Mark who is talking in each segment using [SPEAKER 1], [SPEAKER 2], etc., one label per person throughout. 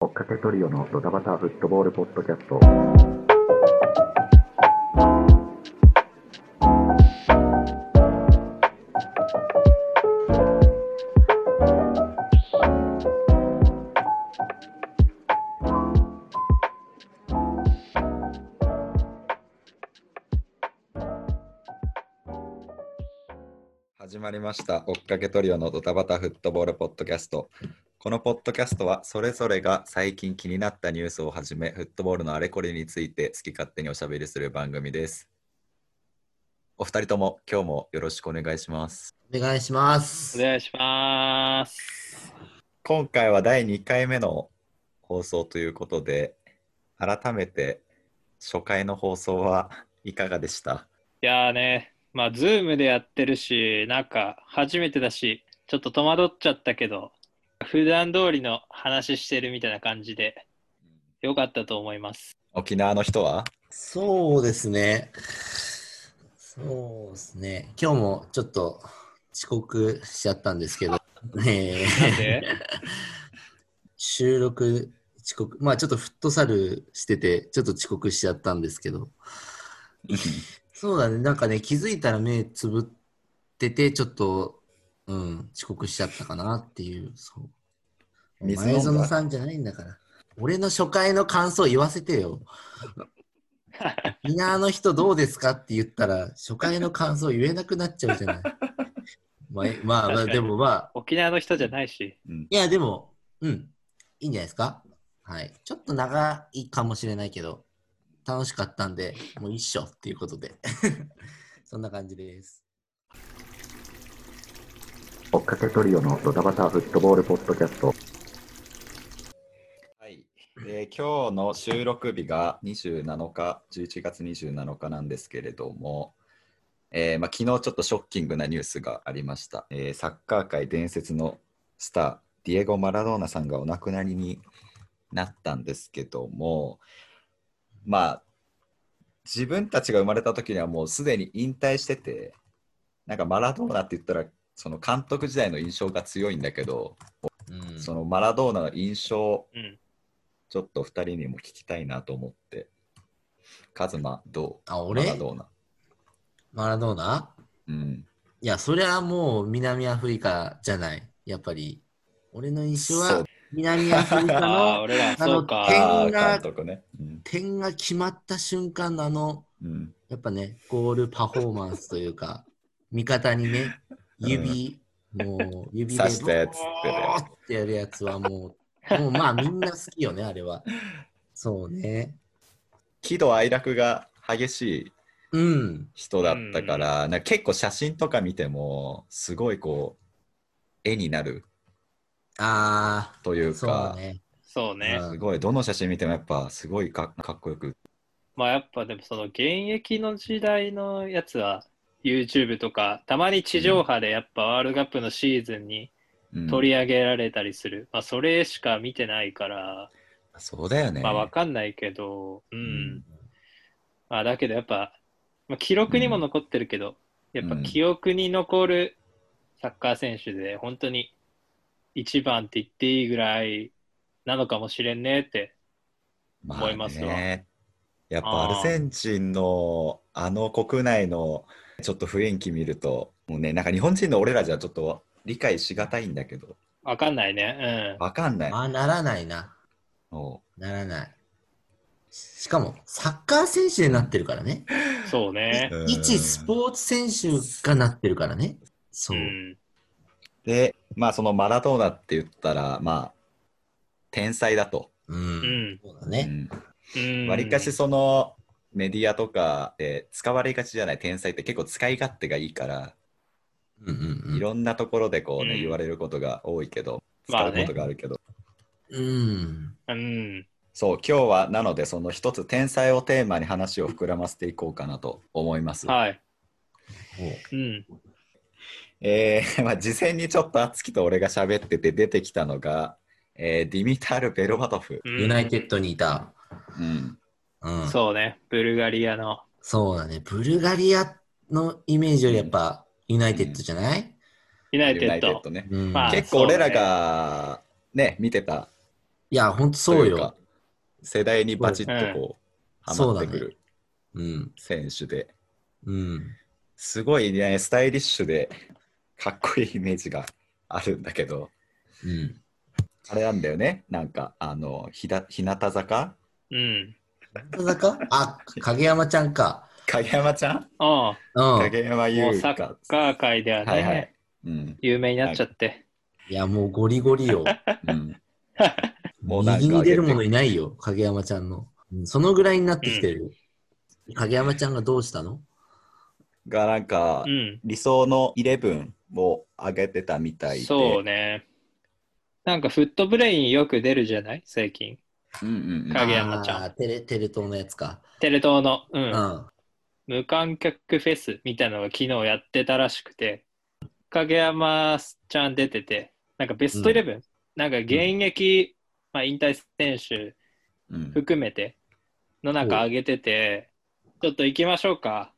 [SPEAKER 1] 追っかけトリオのドタバタフットボールポッドキャスト。
[SPEAKER 2] 始まりました追っかけトリオのドタバタフットボールポッドキャストこのポッドキャストはそれぞれが最近気になったニュースをはじめフットボールのあれこれについて好き勝手におしゃべりする番組ですお二人とも今日もよろしくお願いします
[SPEAKER 3] お願いします
[SPEAKER 4] お。願いします。
[SPEAKER 2] 今回は第2回目の放送ということで改めて初回の放送はいかがでした
[SPEAKER 4] いやーね、まあ、ズームでやってるし、なんか、初めてだし、ちょっと戸惑っちゃったけど、普段通りの話してるみたいな感じで、よかったと思います。
[SPEAKER 2] 沖縄の人は
[SPEAKER 3] そうですね。そうですね。今日もちょっと遅刻しちゃったんですけど、えー
[SPEAKER 4] なん で
[SPEAKER 3] 収録遅刻、まあちょっとフットサルしてて、ちょっと遅刻しちゃったんですけど、そうだね、なんかね、気づいたら目つぶってて、ちょっと、うん、遅刻しちゃったかなっていう、そう。お
[SPEAKER 2] 水飲んだ
[SPEAKER 3] 前園さんじゃないんだから。俺の初回の感想言わせ てよ。みんなあの人どうですかって言ったら、初回の感想言えなくなっちゃうじゃない。まあ、まあ、まあ、でもまあ、
[SPEAKER 4] 沖縄の人じゃないし、
[SPEAKER 2] うん
[SPEAKER 3] いや、でも、うん、いいんじゃないですか。はい。ちょっと長いかもしれないけど、楽しかったんで、もう一緒っていうことで。 そんな感じです。
[SPEAKER 1] 追っかけトリオのドタバタフットボールポッドキャスト。
[SPEAKER 2] はい、で今日の収録日が27日、11月27日なんですけれども、えーまあ、昨日ちょっとショッキングなニュースがありました、えーサッカー界伝説のスター、ディエゴ・マラドーナさんがお亡くなりになったんですけども、まあ、自分たちが生まれた時にはもうすでに引退してて、なんかマラドーナって言ったら、その監督時代の印象が強いんだけど、
[SPEAKER 3] うん
[SPEAKER 2] そのマラドーナの印象
[SPEAKER 4] うん。
[SPEAKER 2] ちょっと2人にも聞きたいなと思って。カズマ、ど
[SPEAKER 3] あ、
[SPEAKER 2] う
[SPEAKER 3] 俺
[SPEAKER 2] マラドーナ。
[SPEAKER 3] マラドーナ
[SPEAKER 2] うん。
[SPEAKER 3] いや、それはもう南アフリカじゃない。やっぱり。俺の印
[SPEAKER 2] そ
[SPEAKER 3] 象
[SPEAKER 2] う
[SPEAKER 3] は、南アフリカ
[SPEAKER 4] ああ、
[SPEAKER 3] の
[SPEAKER 4] 俺ら、そう
[SPEAKER 3] あの
[SPEAKER 4] か。
[SPEAKER 2] ああ、
[SPEAKER 3] 点が
[SPEAKER 2] 監督ね。うん。
[SPEAKER 3] 点が決まった瞬間のあの、
[SPEAKER 2] うん、
[SPEAKER 3] やっぱね、ゴールパフォーマンスというか、味方にね、指、もう指で
[SPEAKER 2] 刺したやつってね。
[SPEAKER 3] ボーってやるやつはもう、もうまあみんな好きよね、あれは。そうね。
[SPEAKER 2] 喜怒哀楽が激しい
[SPEAKER 3] うん。
[SPEAKER 2] 人だったから、なんか結構写真とか見ても、すごいこう、絵になる
[SPEAKER 3] あ
[SPEAKER 2] とい
[SPEAKER 3] あ、
[SPEAKER 2] う
[SPEAKER 3] そう
[SPEAKER 2] か、
[SPEAKER 3] ね。
[SPEAKER 4] そうね。
[SPEAKER 3] うん
[SPEAKER 2] すごい、どの写真見てもやっぱすごいかかっこよく。
[SPEAKER 4] まあ、やっぱでも、その現役の時代のやつは、YouTube とか、たまに地上波でやっぱワールドカップのシーズンに
[SPEAKER 2] うん
[SPEAKER 4] 取り上げられたりする。まあ、それしか見てないから、
[SPEAKER 2] そうだよね。
[SPEAKER 4] まあわかんないけど、うん。
[SPEAKER 2] うん
[SPEAKER 4] まあだけどやっぱ、まあ、記録にも残ってるけど、
[SPEAKER 2] ん
[SPEAKER 4] やっぱ記憶に残るサッカー選手で、本当に一番って言っていいぐらいなのかもしれんねって。
[SPEAKER 2] ま
[SPEAKER 4] 思いますわ
[SPEAKER 2] あね、やっぱアルゼンチンのあの国内のちょっと雰囲気見ると、もうね、なんか日本人の俺らじゃちょっと理解しがたいんだけど、
[SPEAKER 4] わかんないね。
[SPEAKER 2] わかんない
[SPEAKER 3] ま。あならないな。
[SPEAKER 2] も
[SPEAKER 3] ならない。しかも、サッカー選手になってるからね。
[SPEAKER 4] うん。そうね
[SPEAKER 2] う。うん
[SPEAKER 3] 一スポーツ選手がなってるからね。そうう。
[SPEAKER 4] ん。
[SPEAKER 2] で、まあそのマラドーナって言ったら、まあ、天才だと。
[SPEAKER 3] う。
[SPEAKER 4] うんん。
[SPEAKER 3] そうだね。
[SPEAKER 4] うん。
[SPEAKER 2] わり、かしそのメディアとかで使われがちじゃない天才って結構使い勝手がいいから、
[SPEAKER 3] うんうんうん
[SPEAKER 2] いろんなところでこうね、
[SPEAKER 4] うん
[SPEAKER 2] 言われることが多いけど、
[SPEAKER 4] ま
[SPEAKER 2] 使
[SPEAKER 4] あ
[SPEAKER 2] う
[SPEAKER 4] ね
[SPEAKER 2] ことがあるけど、
[SPEAKER 3] うん。
[SPEAKER 4] うん。
[SPEAKER 2] そう、今日はなので、その一つ、天才をテーマに話を膨らませていこうかなと思います。
[SPEAKER 4] はい。
[SPEAKER 3] ほう
[SPEAKER 4] うん。
[SPEAKER 2] えー まあ、事前にちょっと敦樹と俺が喋ってて出てきたのが、えーディミタール・ベロバトフ。
[SPEAKER 4] うん
[SPEAKER 3] ユナイテッドにいた。
[SPEAKER 2] うん
[SPEAKER 3] うん。そう
[SPEAKER 4] そうね。ブルガリアの。
[SPEAKER 3] だね。ブルガリアのイメージよりやっぱ、ユナイテッドじゃない
[SPEAKER 4] ユナイ
[SPEAKER 2] ユナ
[SPEAKER 4] テッ
[SPEAKER 2] イテッ
[SPEAKER 4] ド。
[SPEAKER 2] ドね。
[SPEAKER 3] うん。
[SPEAKER 4] まあ
[SPEAKER 2] 結構俺らがね見てた
[SPEAKER 3] いや、ほんとそう
[SPEAKER 2] といか
[SPEAKER 3] よ。
[SPEAKER 2] 世代にバチッとこう、
[SPEAKER 3] うん
[SPEAKER 2] ハマってくる
[SPEAKER 3] うん。
[SPEAKER 2] 選手で、
[SPEAKER 3] うん。
[SPEAKER 2] すごいね、スタイリッシュで、かっこいいイメージがあるんだけど、
[SPEAKER 3] うん。
[SPEAKER 2] あれなんだよね、なんか、あの、ひだ日向坂
[SPEAKER 4] うん。
[SPEAKER 3] 田中あ、影山ちゃんか。
[SPEAKER 2] 影山ちゃん
[SPEAKER 4] あ
[SPEAKER 3] うん。
[SPEAKER 2] 影山
[SPEAKER 4] あ、もう
[SPEAKER 2] 優
[SPEAKER 4] サッ
[SPEAKER 2] 香。
[SPEAKER 4] カー界ではね、
[SPEAKER 2] はいはい。うん。
[SPEAKER 4] 有名になっちゃって。
[SPEAKER 3] いや、もうゴリゴリよ。
[SPEAKER 2] うん、もうなんか
[SPEAKER 3] 右に出るものいないよ、影山ちゃんの。うんそのぐらいになってきてるよ。影山ちゃんがどうしたの
[SPEAKER 2] が、なんか
[SPEAKER 4] う、ん。
[SPEAKER 2] 理想のイレブンを上げてたみたいで。
[SPEAKER 4] そうね。なんかフットブレインよく出るじゃない最近。
[SPEAKER 2] うんうんうん。
[SPEAKER 4] 影山ちゃん
[SPEAKER 3] あーテレテレ東のやつか。
[SPEAKER 4] テレ東の、う。
[SPEAKER 3] うんん。
[SPEAKER 4] 無観客フェスみたいなのが昨日やってたらしくて、影山ちゃん出てて、なんかベスト
[SPEAKER 3] う
[SPEAKER 4] イ
[SPEAKER 3] ん
[SPEAKER 4] レブン、なんか現役、まあ、引退選手
[SPEAKER 2] うん
[SPEAKER 4] 含めての中上げてて、ちょっと行きましょうか。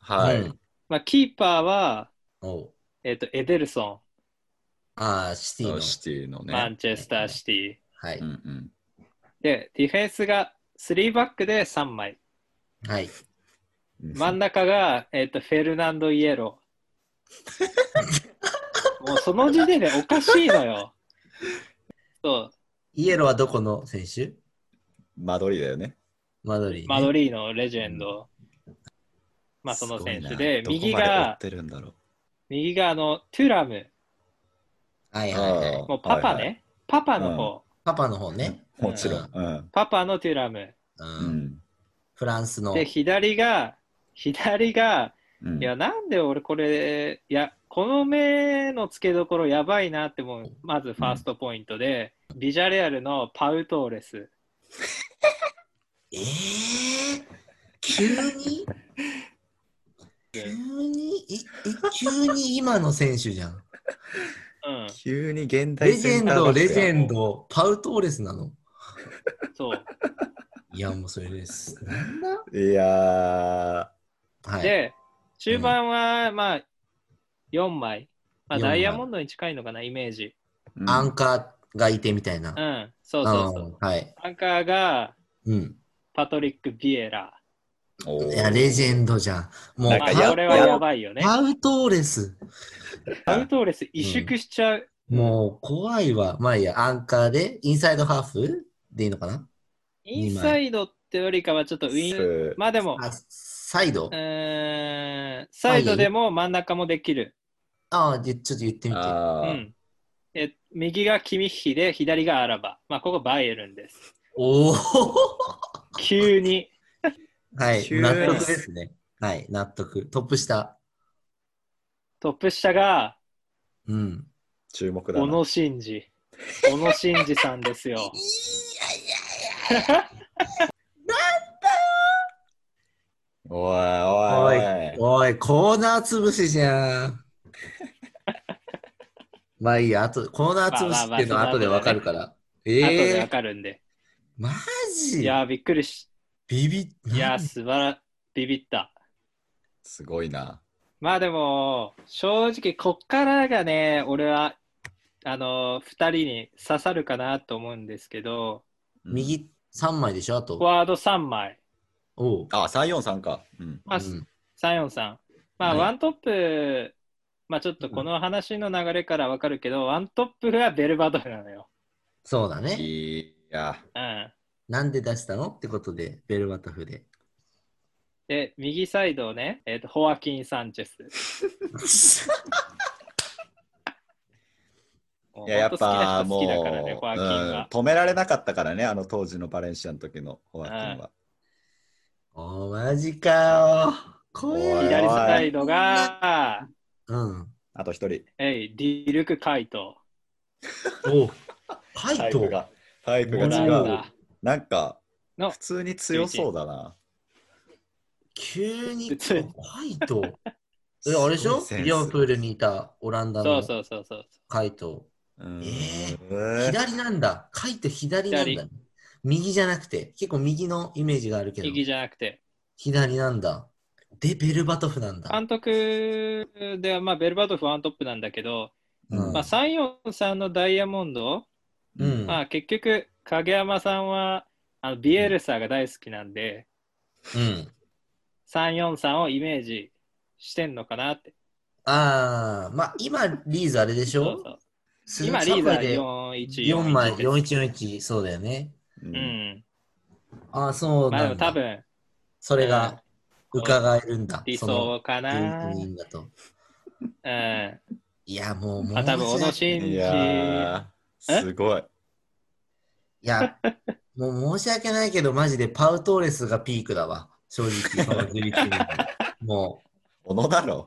[SPEAKER 2] はい、
[SPEAKER 3] うん
[SPEAKER 4] まあ、キーパーは、
[SPEAKER 3] おう
[SPEAKER 4] えっとエデルソ
[SPEAKER 3] ああ、シティの。
[SPEAKER 2] シティの
[SPEAKER 4] ン、マ
[SPEAKER 2] ね
[SPEAKER 4] ン。チェスターシティ、
[SPEAKER 3] はい。
[SPEAKER 2] うんうん、
[SPEAKER 4] で、ディフェンスが3バックで3枚、
[SPEAKER 3] はい。
[SPEAKER 4] 真ん中が、えっとフェルナンド・イエロ ー。もうその時点でおかしいのよ。そう、
[SPEAKER 3] イエローはどこの選手
[SPEAKER 2] 間取りだよね。
[SPEAKER 3] マドリーね、
[SPEAKER 4] マドリーのレジェンド、まあその選手で、
[SPEAKER 2] すごいな
[SPEAKER 4] 右
[SPEAKER 2] どこまで追っ
[SPEAKER 4] が、
[SPEAKER 2] てるんだろう
[SPEAKER 4] 右があの、トゥラム、
[SPEAKER 3] はいはいはい。
[SPEAKER 2] あー
[SPEAKER 4] もうパパね、
[SPEAKER 2] はいはい
[SPEAKER 4] パパの方、
[SPEAKER 3] パパの方ね。
[SPEAKER 2] もちろん。うん
[SPEAKER 4] パパのトゥラム。
[SPEAKER 3] う。
[SPEAKER 2] うんん
[SPEAKER 3] フランスの。
[SPEAKER 4] で、左が、左が、
[SPEAKER 2] うん
[SPEAKER 4] いや、なんで俺これ、いや、この目の付けどころやばいなって思う、まずファーストポイントで、ビジャレアルのパウトーレス。
[SPEAKER 3] えー、急に急にいい急に今の選手じゃん。
[SPEAKER 4] うん、
[SPEAKER 2] 急に現代
[SPEAKER 3] レジェ
[SPEAKER 2] セ
[SPEAKER 3] ン
[SPEAKER 2] ターバ
[SPEAKER 3] ド、
[SPEAKER 2] ックや
[SPEAKER 3] レジェン。ド、パウトーレスなの
[SPEAKER 4] そう。
[SPEAKER 3] いや、もうそれです。なんだ
[SPEAKER 2] いや
[SPEAKER 3] はい。
[SPEAKER 4] で、中盤は、まあ、4枚。まあ、
[SPEAKER 3] 四枚
[SPEAKER 4] ダイヤモンドに近いのかな、イメージ。
[SPEAKER 2] ー、
[SPEAKER 3] アンカーがいてみたいな。
[SPEAKER 4] うん、そうそうそう。
[SPEAKER 3] うんはい。
[SPEAKER 4] アンカーが、
[SPEAKER 3] うん。
[SPEAKER 4] パトリック・ビエラ。
[SPEAKER 2] おー
[SPEAKER 3] いや、レジェンドじゃん。もう
[SPEAKER 2] なん
[SPEAKER 4] ま
[SPEAKER 2] か
[SPEAKER 4] あ、
[SPEAKER 2] や
[SPEAKER 4] これはやばいよね。
[SPEAKER 3] パウトーレス。
[SPEAKER 4] パウトーレス萎縮しちゃう。
[SPEAKER 3] もう怖いわ。まあいいや、アンカーで、インサイドハーフでいいのかな
[SPEAKER 4] インサイドってよりかは、ちょっとウィン、
[SPEAKER 2] す
[SPEAKER 4] まあでも、
[SPEAKER 3] あ、サイド、
[SPEAKER 4] うーんサイドでも真ん中もできる。
[SPEAKER 3] ああ、でちょっと言ってみて。
[SPEAKER 4] う
[SPEAKER 2] あー
[SPEAKER 4] ん、え右がキミッヒで、左がアラバ。まあ、ここバイエルンです。
[SPEAKER 3] おお
[SPEAKER 4] 急に。
[SPEAKER 3] はい、
[SPEAKER 2] 急に
[SPEAKER 3] 納得ですね。はい、納得。トップ下。
[SPEAKER 4] トップ下が、
[SPEAKER 3] うん。
[SPEAKER 2] 注目だ
[SPEAKER 4] 小
[SPEAKER 2] な
[SPEAKER 4] 野。伸二。小野伸二さんですよ。
[SPEAKER 2] お
[SPEAKER 3] お
[SPEAKER 2] いお
[SPEAKER 3] い
[SPEAKER 2] い、おい。
[SPEAKER 3] おい、コーナー潰しじゃん。 まあいいや、あと、コーナー潰しっていうのは
[SPEAKER 4] まあまあまあ
[SPEAKER 3] 後でわかるから。
[SPEAKER 4] 後で
[SPEAKER 3] え
[SPEAKER 4] わ
[SPEAKER 3] えー、
[SPEAKER 4] かるんで。
[SPEAKER 3] マジ
[SPEAKER 4] いやー、びっくりし。
[SPEAKER 3] ビビ
[SPEAKER 4] いやー、素晴らビビった。
[SPEAKER 2] すごいな。
[SPEAKER 4] まあでも、正直、こっからがね、俺は、あのー、2人に刺さるかなと思うんですけど、
[SPEAKER 2] うん。
[SPEAKER 3] 右3枚でしょ、あ
[SPEAKER 4] フォ
[SPEAKER 3] と。
[SPEAKER 4] ワード3枚、
[SPEAKER 3] おう。
[SPEAKER 2] あ、343か。うん。
[SPEAKER 4] まあ、
[SPEAKER 3] うん
[SPEAKER 4] 34 3まあ、
[SPEAKER 3] はい
[SPEAKER 4] ワントップ、まあちょっとこの話の流れからわかるけど、ワントップがベルバドフなのよ。
[SPEAKER 3] そうだね。
[SPEAKER 2] い や、
[SPEAKER 4] うん。
[SPEAKER 3] なんで出したのってことで、ベルバタフで。
[SPEAKER 4] で、右サイドをね、えーとホアキン・サンチェス。もう
[SPEAKER 2] いややっぱも
[SPEAKER 4] 本
[SPEAKER 2] う、う
[SPEAKER 4] 当
[SPEAKER 2] ん
[SPEAKER 4] 好きだからね、ホアキンは。
[SPEAKER 2] 止められなかったからね、あの当時のバレンシアの時のホアキンは。
[SPEAKER 3] おー、マジかよ。怖
[SPEAKER 2] おい
[SPEAKER 4] 左
[SPEAKER 3] い。
[SPEAKER 4] サイドが、
[SPEAKER 3] うん。
[SPEAKER 2] あと一人、
[SPEAKER 4] えい、ディルク・カイト。
[SPEAKER 3] おう。カ
[SPEAKER 2] タ
[SPEAKER 3] イ
[SPEAKER 2] イ
[SPEAKER 3] ト
[SPEAKER 2] プ。が、タイプが
[SPEAKER 3] も
[SPEAKER 4] オラン
[SPEAKER 2] 違う。
[SPEAKER 4] ダ。
[SPEAKER 2] なんか、
[SPEAKER 4] の
[SPEAKER 2] 普通に強そうだな。
[SPEAKER 3] 急に
[SPEAKER 4] 普通に
[SPEAKER 3] カイト。 え、あれでし
[SPEAKER 2] すごい
[SPEAKER 3] ょ
[SPEAKER 2] センス
[SPEAKER 3] リオンプールにいたオランダ
[SPEAKER 4] そ
[SPEAKER 3] の
[SPEAKER 4] うそうそうそう。
[SPEAKER 3] カイト。
[SPEAKER 2] うん
[SPEAKER 3] え
[SPEAKER 2] えー
[SPEAKER 3] 左なんだ。カイト左なんだね。右じゃなくて、結構右のイメージがあるけど、
[SPEAKER 4] 右じゃなくて。
[SPEAKER 3] 左なんだ。で、ベルバトフなんだ。
[SPEAKER 4] 監督では、まあ、ベルバドフワントップなんだけど、
[SPEAKER 3] うん
[SPEAKER 4] まあ、343のダイヤモンド
[SPEAKER 3] うん
[SPEAKER 4] まあ結局、影山さんはあのビエルサが大好きなんで、
[SPEAKER 3] うん。
[SPEAKER 4] 343をイメージしてんのかなって。
[SPEAKER 3] ああ、まあ今、リーズあれでし
[SPEAKER 4] そう
[SPEAKER 3] ょ
[SPEAKER 4] そう
[SPEAKER 3] 鈴木
[SPEAKER 4] 今、リーダ
[SPEAKER 3] サブレ
[SPEAKER 4] ー
[SPEAKER 3] で
[SPEAKER 4] 4141
[SPEAKER 3] 4枚、4141、そうだよね。
[SPEAKER 2] うん
[SPEAKER 4] うん。
[SPEAKER 3] ああ、そう
[SPEAKER 4] ま
[SPEAKER 3] な
[SPEAKER 4] あでも
[SPEAKER 3] んだ。
[SPEAKER 4] 多分、
[SPEAKER 3] それが伺えるんだ。
[SPEAKER 4] 理
[SPEAKER 3] その
[SPEAKER 4] 想かな。
[SPEAKER 3] 11
[SPEAKER 4] うん。
[SPEAKER 3] 人だと。いや、もう、も
[SPEAKER 4] あ、多分、小
[SPEAKER 3] 申
[SPEAKER 4] 野
[SPEAKER 3] し訳
[SPEAKER 4] 伸
[SPEAKER 2] い
[SPEAKER 4] 二。
[SPEAKER 2] やーすごい。
[SPEAKER 3] いや、もう申し訳ないけど、マジでパウトーレスがピークだわ。正直、その11人。もう、
[SPEAKER 2] 小野だろ。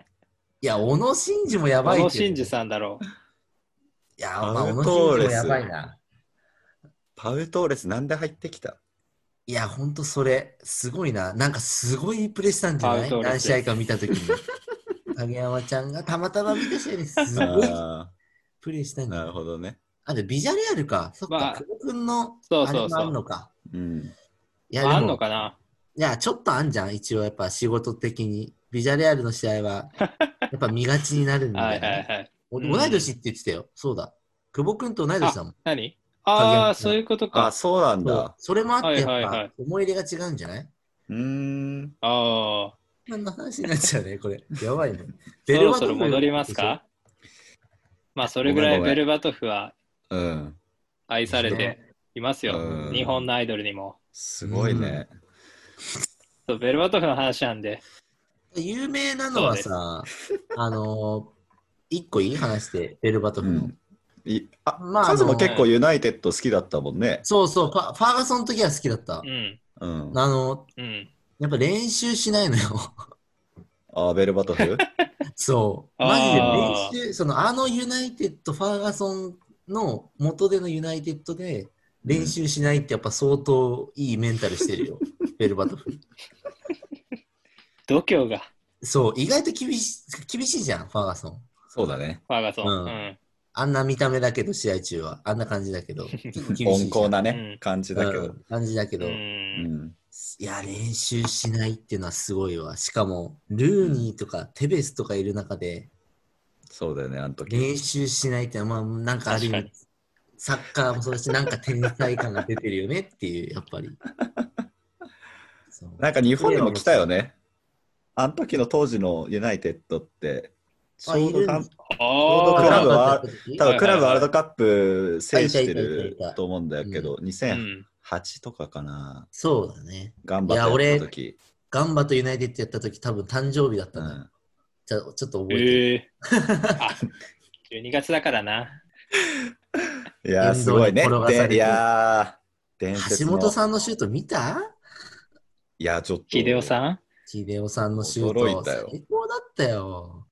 [SPEAKER 3] い や、小野伸二もやば
[SPEAKER 4] 小
[SPEAKER 3] いけど。
[SPEAKER 4] 野伸二さんだろう。
[SPEAKER 3] いや、ま
[SPEAKER 2] パ
[SPEAKER 3] あ、小野
[SPEAKER 2] ウ
[SPEAKER 3] 伸
[SPEAKER 2] トー
[SPEAKER 3] 二
[SPEAKER 2] レス
[SPEAKER 3] もやばいな。
[SPEAKER 2] パウトーレスなんで入ってきた
[SPEAKER 3] いや、ほんとそれ、すごいな。なんかすごいプレイしたんじゃ
[SPEAKER 4] パ
[SPEAKER 3] な
[SPEAKER 4] ウ
[SPEAKER 3] い
[SPEAKER 4] トーレ
[SPEAKER 3] 何
[SPEAKER 4] ス
[SPEAKER 3] 試合か見たときに。影山ちゃんがたまたま見た試合ですごい
[SPEAKER 2] あ
[SPEAKER 3] プレイした
[SPEAKER 2] ー
[SPEAKER 3] んだ。
[SPEAKER 2] なるほどね。
[SPEAKER 3] あ、で、ビジャレアルか。そっ
[SPEAKER 4] まあ
[SPEAKER 3] か、久保君の
[SPEAKER 4] そう
[SPEAKER 3] あ
[SPEAKER 4] そ
[SPEAKER 3] れ
[SPEAKER 4] う
[SPEAKER 3] も
[SPEAKER 4] そう
[SPEAKER 3] あんのか。
[SPEAKER 2] うん。
[SPEAKER 3] いや、
[SPEAKER 4] あ
[SPEAKER 3] で
[SPEAKER 4] んの
[SPEAKER 3] も、
[SPEAKER 4] かない
[SPEAKER 3] や、ちょっとあんじゃん。一応、やっぱ仕事的に。ビジャレアルの試合 は、やっぱ見がちになるんだ
[SPEAKER 4] はい
[SPEAKER 3] よ
[SPEAKER 4] はい
[SPEAKER 3] ね。
[SPEAKER 4] はい。
[SPEAKER 3] お
[SPEAKER 4] うん
[SPEAKER 3] 同い年って言ってたよ。そうだ。久保君と同い年だもん。
[SPEAKER 4] 何ああ、
[SPEAKER 3] 影山さん
[SPEAKER 4] そういうこと
[SPEAKER 2] あ、
[SPEAKER 4] か。
[SPEAKER 2] そうなん
[SPEAKER 3] そう
[SPEAKER 2] だ。
[SPEAKER 3] それもあって、やっ
[SPEAKER 4] はいはいは
[SPEAKER 3] ぱ
[SPEAKER 4] い
[SPEAKER 3] 思い入れが違うんじゃないう
[SPEAKER 2] ーん。
[SPEAKER 4] ああ。
[SPEAKER 3] こんな話になっちゃ うね、これ。やばいね。
[SPEAKER 4] そ
[SPEAKER 3] ベル
[SPEAKER 4] ろ
[SPEAKER 3] バ
[SPEAKER 4] そ
[SPEAKER 3] ト
[SPEAKER 4] ろ
[SPEAKER 3] フ
[SPEAKER 4] 戻りますかまあ、それぐらいベルバトフは
[SPEAKER 2] うん。
[SPEAKER 4] 愛されています
[SPEAKER 2] う
[SPEAKER 4] よ。
[SPEAKER 2] ん
[SPEAKER 4] 日本のアイドルにも。
[SPEAKER 2] すごいね。
[SPEAKER 4] そうベルバトフの話なんで。
[SPEAKER 3] 有名なのはさ、あのー、一個いい話で、ベルバト
[SPEAKER 2] う
[SPEAKER 3] フの。
[SPEAKER 2] ん。いあ、
[SPEAKER 3] まあ
[SPEAKER 2] カズ
[SPEAKER 3] あ
[SPEAKER 2] も
[SPEAKER 3] の
[SPEAKER 2] 結構ユナイテッド好きだったもんね。
[SPEAKER 3] そうそう、ファファーガソンの時は好きだった。
[SPEAKER 4] うん。
[SPEAKER 2] うん。
[SPEAKER 3] あの
[SPEAKER 4] うん。
[SPEAKER 3] ー、やっぱ練習しないのよ。
[SPEAKER 2] あーベルバトフ
[SPEAKER 3] そう。マ
[SPEAKER 4] あ
[SPEAKER 3] ジ
[SPEAKER 4] ー
[SPEAKER 3] で練習、その、あのユナイテッド、ファーガソンの元でのユナイテッドで、練習しないってやっぱ相当いいメンタルして るよ、ベルバトフ。
[SPEAKER 4] 度胸が、
[SPEAKER 3] そう、意外と厳し厳しいじゃん、ファーガソン。
[SPEAKER 2] そうだね。
[SPEAKER 4] ファーガソン。
[SPEAKER 3] うん
[SPEAKER 4] うん。
[SPEAKER 3] あんな見た目だけど、試合中は。あんな感じだ けど。結構厳しいじゃん
[SPEAKER 2] 温厚な
[SPEAKER 4] うん
[SPEAKER 2] ね、感じだけど。
[SPEAKER 3] うん感じだけど、
[SPEAKER 4] う。
[SPEAKER 2] うんん。
[SPEAKER 3] いや、練習しないっていうのはすごいわ。しかも、ルーニーとかテベスとかいる中で、
[SPEAKER 2] そうだよね、あの時。
[SPEAKER 3] 練習しないってのは、まあ、なんかある意
[SPEAKER 4] 確
[SPEAKER 3] 味、サッカーもそうだし、なんか天才感が出てるよねっていう、やっぱり。そう
[SPEAKER 2] なんか日本にも来たよね。あの時の当時のユナイテッドって、ちょ
[SPEAKER 3] あ
[SPEAKER 2] うど
[SPEAKER 3] いる
[SPEAKER 2] かん
[SPEAKER 3] ん
[SPEAKER 2] ークラブは多分クラブワールドカップ制して
[SPEAKER 3] はいはいはい
[SPEAKER 2] る
[SPEAKER 3] はいはい
[SPEAKER 2] と思うんだけど、
[SPEAKER 4] う
[SPEAKER 2] 2008
[SPEAKER 4] ん。
[SPEAKER 2] とかかな、
[SPEAKER 3] そうだね。
[SPEAKER 2] ガンバ
[SPEAKER 3] いや
[SPEAKER 2] と
[SPEAKER 3] 俺
[SPEAKER 2] やった時、
[SPEAKER 3] ガンバとユナイテッドやった時、多分誕生日だった
[SPEAKER 2] う
[SPEAKER 3] な。
[SPEAKER 2] ん、
[SPEAKER 3] じゃあちょっと覚えてる。
[SPEAKER 4] ええあ、12月だからな。
[SPEAKER 2] いやー
[SPEAKER 3] 沿道に
[SPEAKER 2] すごいね
[SPEAKER 3] 転がされて
[SPEAKER 2] でいやー伝説の
[SPEAKER 3] 橋本さんのシュート見た
[SPEAKER 2] いやーちょっと
[SPEAKER 4] 秀夫さん
[SPEAKER 3] ヒデオさんのシュー
[SPEAKER 2] 驚
[SPEAKER 3] ト
[SPEAKER 2] いたよ
[SPEAKER 3] 最高だったよ。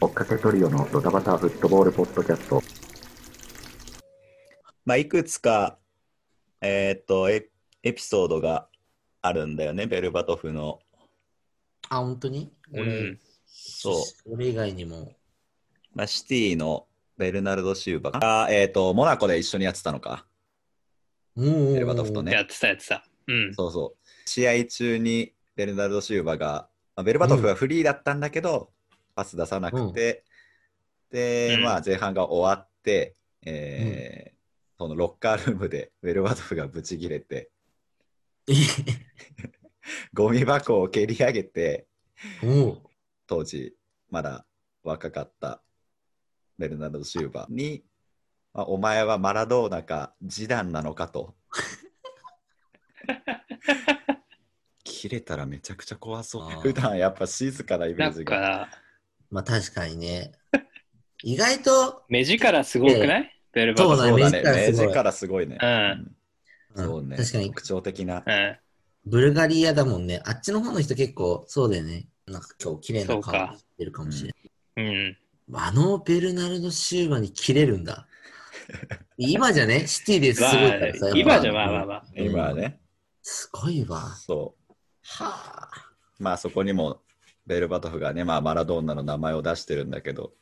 [SPEAKER 1] 追っかけトリオのドタバタフットボールポッドキャスト。
[SPEAKER 2] まあ、いくつかえーっとエエピソードがあるんだよねベルバトフの
[SPEAKER 3] あ、本当に
[SPEAKER 4] う
[SPEAKER 3] 俺、
[SPEAKER 4] ん。
[SPEAKER 2] そ
[SPEAKER 3] 俺以外にも。
[SPEAKER 2] う、まあ、シティのベルナルド・シューバーが、えーっとモナコで一緒にやってたのか
[SPEAKER 3] もう
[SPEAKER 2] エルバトフとね
[SPEAKER 4] やってたやってた。うん。
[SPEAKER 2] そうそう。試合中にベルナルド・シューバが、まあベルバトフはフリーだったんだけど、パス出さなくて、で、
[SPEAKER 4] うん
[SPEAKER 2] まあ、前半が終わって、えーそのロッカールームでベルバトフがブチギレて、ゴミ箱を蹴り上げて、
[SPEAKER 3] もう
[SPEAKER 2] 当時、まだ若かったベルナルド・シューバに、まあ、お前はマラドーナかジダンなのかと。切れたらめちゃくちゃ怖そ
[SPEAKER 3] あー
[SPEAKER 2] う。普段やっぱ静かなイメ
[SPEAKER 4] な
[SPEAKER 2] ー
[SPEAKER 4] ん
[SPEAKER 2] ジが。
[SPEAKER 4] か、
[SPEAKER 3] まあ確かにね。意外と、
[SPEAKER 4] 目力すごくないベルバ
[SPEAKER 3] そ
[SPEAKER 4] ト
[SPEAKER 3] うだね
[SPEAKER 2] そうだね、
[SPEAKER 3] 目
[SPEAKER 2] 目
[SPEAKER 3] 力
[SPEAKER 2] 力すごいね。
[SPEAKER 3] う
[SPEAKER 2] うんんそうね。
[SPEAKER 3] 確かに
[SPEAKER 2] 特徴的な。
[SPEAKER 4] ね。
[SPEAKER 3] ブルガリアだもんね。あっちの方の人結構、そうだよね。なんか今日綺麗な
[SPEAKER 4] そうか
[SPEAKER 3] 顔してるかもしれない。
[SPEAKER 4] うん。うん。
[SPEAKER 3] あのベルナルド・シューバに切れるんだ。今じゃね、シティですごい
[SPEAKER 4] ま
[SPEAKER 3] か
[SPEAKER 4] あ
[SPEAKER 3] らさ。、
[SPEAKER 4] 今じゃまあまあま
[SPEAKER 3] あ。
[SPEAKER 4] あ。
[SPEAKER 2] 今はね、
[SPEAKER 3] すごいわ。は
[SPEAKER 2] そ
[SPEAKER 3] あ。
[SPEAKER 2] う。まあそこにもベルバトフがね、まあマラドーナの名前を出してるんだけど、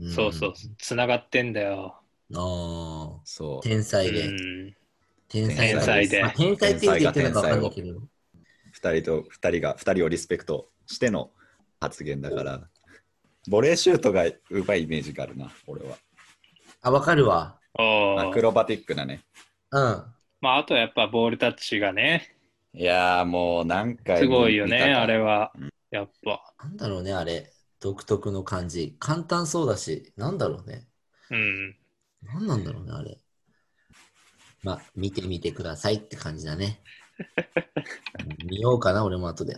[SPEAKER 3] ん
[SPEAKER 4] そうそう。。つながってんだよ。
[SPEAKER 3] あ
[SPEAKER 2] そ
[SPEAKER 3] あ。
[SPEAKER 2] う。
[SPEAKER 3] 天
[SPEAKER 4] う
[SPEAKER 3] 才で。
[SPEAKER 4] ん。
[SPEAKER 3] 天才だ
[SPEAKER 2] 天
[SPEAKER 4] 才で
[SPEAKER 3] まあ天才って言うて言ってるのかわかんないけど。
[SPEAKER 2] 二人と、二人が、二人をリスペクトしての発言だから、ボレーシュートがうまいイメージがあるな、俺は。
[SPEAKER 3] あ、わかるわ。
[SPEAKER 4] お
[SPEAKER 2] ア
[SPEAKER 4] ー
[SPEAKER 2] クロバティックなね。
[SPEAKER 3] うん。
[SPEAKER 4] まあ、あとはやっぱボールタッチがね、
[SPEAKER 2] いやーもう何回
[SPEAKER 4] すごいよね、
[SPEAKER 2] 見たか
[SPEAKER 4] あれは
[SPEAKER 2] うん。
[SPEAKER 4] やっぱ。
[SPEAKER 3] なんだろうね、あれ。独特の感じ。簡単そうだし、なんだろうね。
[SPEAKER 4] うん。
[SPEAKER 3] なんなんだろうね、あれ。まあ、見てみてくださいって感じだね。 うん見ようかな、俺も後で。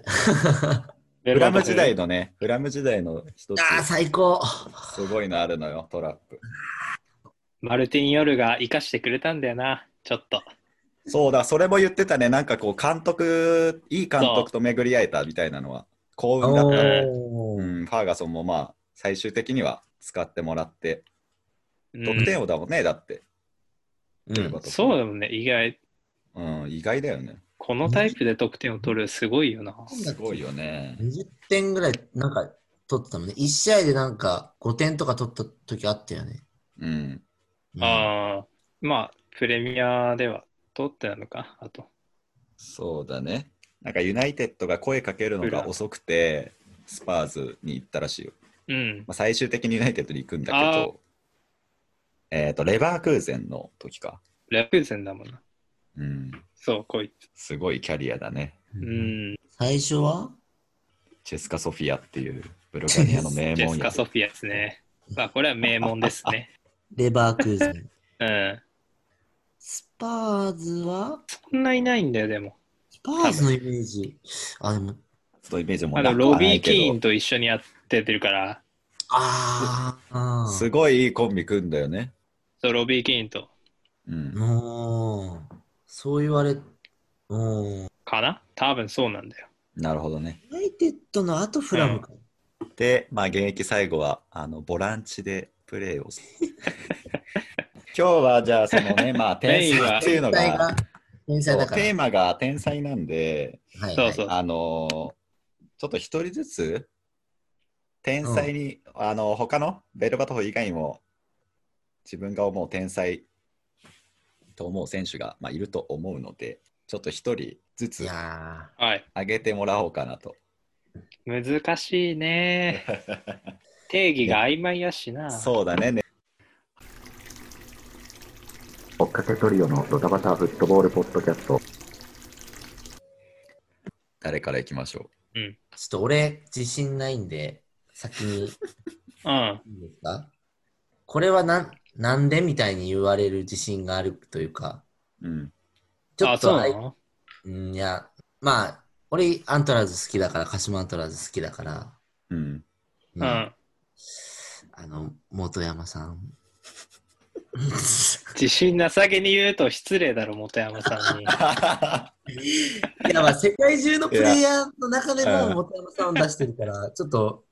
[SPEAKER 4] ベ
[SPEAKER 2] フ
[SPEAKER 4] ル
[SPEAKER 2] ラ
[SPEAKER 4] バント
[SPEAKER 2] ム時代のね、フラム時代の一
[SPEAKER 3] ああ、
[SPEAKER 2] つ
[SPEAKER 3] 最高
[SPEAKER 2] すごいのあるのよ、トラップ。
[SPEAKER 4] マルティン・ヨルが生かしてくれたんだよな、ちょっと。
[SPEAKER 2] そうだ、それも言ってたね、なんかこう、監督、いい監督と巡り合えたみたいなのは、幸運だった、
[SPEAKER 4] ね
[SPEAKER 3] お
[SPEAKER 2] う
[SPEAKER 3] ー
[SPEAKER 2] ん。ファーガソンもまあ、最終的には使ってもらって、
[SPEAKER 4] うん
[SPEAKER 2] 得点王だもんね、だって。
[SPEAKER 3] うん
[SPEAKER 4] そうだもんね、意外。
[SPEAKER 2] うん、意外だよね。
[SPEAKER 4] このタイプで得点を取る、すごいよな。
[SPEAKER 2] すごいよね。
[SPEAKER 3] 20点ぐらい、なんか、取ってたもんね。1試合でなんか、5点とか取った時あったよね。
[SPEAKER 2] うん。
[SPEAKER 3] うん
[SPEAKER 4] ああ、まあ、プレミアでは取ってなのか、あと。
[SPEAKER 2] そうだね。なんかユナイテッドが声かけるのが遅くて、スパーズに行ったらしいよ。
[SPEAKER 4] うん
[SPEAKER 2] ま。あ、最終的にユナイテッドに行くんだけ
[SPEAKER 4] あー
[SPEAKER 2] ど、えっ、と、レバークーゼンの時か。
[SPEAKER 4] ラクーゼンだもんな。
[SPEAKER 2] うん。
[SPEAKER 4] そう、こいつ。
[SPEAKER 2] すごいキャリアだね。
[SPEAKER 4] う
[SPEAKER 3] うん
[SPEAKER 4] ん。
[SPEAKER 3] 最初は
[SPEAKER 2] チェスカ・ソフィアっていうブルガリアの名
[SPEAKER 4] ジェ
[SPEAKER 2] 門
[SPEAKER 4] ス
[SPEAKER 2] や
[SPEAKER 4] カ・。ソフィアですね。まあ、これは名門ですね。
[SPEAKER 3] レバークーズン。
[SPEAKER 4] うん。
[SPEAKER 3] スパーズは
[SPEAKER 4] そんないないんだよ、でも。
[SPEAKER 3] スパーズのイメージ。あ、でも、
[SPEAKER 2] そのイメージも
[SPEAKER 4] あ
[SPEAKER 2] な
[SPEAKER 4] の、
[SPEAKER 2] くは
[SPEAKER 4] ロ
[SPEAKER 2] な
[SPEAKER 4] ビー・
[SPEAKER 2] い
[SPEAKER 4] キ
[SPEAKER 2] け
[SPEAKER 4] ー
[SPEAKER 2] ど
[SPEAKER 4] ンと一緒にやっててるから、
[SPEAKER 3] ああ。
[SPEAKER 2] すごいいいコンビ組んだよね。
[SPEAKER 4] そう、ロビー・キーンと、
[SPEAKER 2] うん。
[SPEAKER 3] もう、そう言われ、もう、
[SPEAKER 4] かな多分そうなんだよ。
[SPEAKER 2] なるほどね。
[SPEAKER 3] ユナイテッドの後フラムか。
[SPEAKER 2] で、まあ、現役最後はあのボランチでプレーをす る今日はじゃあそのね、まあ、
[SPEAKER 4] メ
[SPEAKER 2] 天
[SPEAKER 4] インは
[SPEAKER 2] 才っていうのが、
[SPEAKER 3] 天才
[SPEAKER 2] そ
[SPEAKER 3] だ
[SPEAKER 2] う
[SPEAKER 3] から。
[SPEAKER 2] テーマが天才なんで、
[SPEAKER 3] はい
[SPEAKER 4] そうそう。
[SPEAKER 2] あのーちょっと一人ずつ、天才に、あのー他のベルバトフ以外にも、自分が思う天才と思う選手が、まあ、いると思うので、ちょっと一人ず
[SPEAKER 3] い
[SPEAKER 2] つ
[SPEAKER 3] や
[SPEAKER 4] はい。
[SPEAKER 2] 上げてもらおうかなと。
[SPEAKER 4] 難しいね。定義が曖昧やしな。
[SPEAKER 2] そうだねね。
[SPEAKER 1] 追っかけトリオのドタバタフットボールポッドキャスト。
[SPEAKER 2] 誰からいきましょ
[SPEAKER 3] ーちょっと俺、自信ないんで、先にいいで
[SPEAKER 4] うん。
[SPEAKER 3] すかこれはなん、なんでみたいに言われる自信があるというか、
[SPEAKER 2] う。うん。
[SPEAKER 3] ちょ
[SPEAKER 4] あ、
[SPEAKER 3] っ
[SPEAKER 4] そう
[SPEAKER 3] と
[SPEAKER 4] な
[SPEAKER 3] あい、
[SPEAKER 4] の
[SPEAKER 3] うん、いや、まあ、俺、アントラーズ好きだから、鹿島アントラーズ好きだから、
[SPEAKER 2] うん。
[SPEAKER 3] う
[SPEAKER 4] うん。うん
[SPEAKER 3] あの、元山さん。
[SPEAKER 4] 自信なさげに言うと失礼だろ、本山さんに。
[SPEAKER 3] いやまあ世界中のプレイヤーの中でも元山さんを出してるから、ちょっと、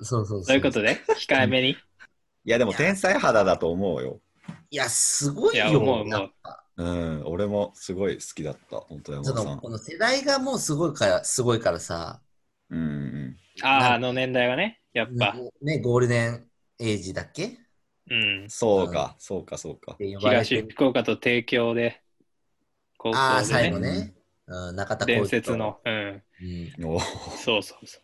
[SPEAKER 3] そうそうそう。
[SPEAKER 4] そういうことで、控えめに。
[SPEAKER 2] いや、でも天才肌だと思うよ。
[SPEAKER 3] いや、すごい
[SPEAKER 4] いや
[SPEAKER 3] よ。
[SPEAKER 4] 思う
[SPEAKER 3] やっぱ
[SPEAKER 2] うん。俺もすごい好きだった、本当
[SPEAKER 3] そ
[SPEAKER 2] 山さ
[SPEAKER 3] の
[SPEAKER 2] ん
[SPEAKER 3] こ。の世代がもうすごいから、すごいからさ、
[SPEAKER 2] うんうん。
[SPEAKER 4] ああ、あの年代はね、やっぱ。
[SPEAKER 3] ね、ゴールデンエイジだっけっ
[SPEAKER 4] うん。
[SPEAKER 2] そうか、そうか、そうか。
[SPEAKER 3] て呼ばれて
[SPEAKER 4] 東
[SPEAKER 3] る。
[SPEAKER 4] 福岡と帝京で、高
[SPEAKER 3] ああ、
[SPEAKER 4] 校
[SPEAKER 3] 最
[SPEAKER 4] で
[SPEAKER 3] 後
[SPEAKER 4] ね、
[SPEAKER 3] ね。うん、中田浩二
[SPEAKER 4] 伝
[SPEAKER 3] と
[SPEAKER 4] 説の。うん。
[SPEAKER 3] うん。
[SPEAKER 2] お
[SPEAKER 4] そうそうそう。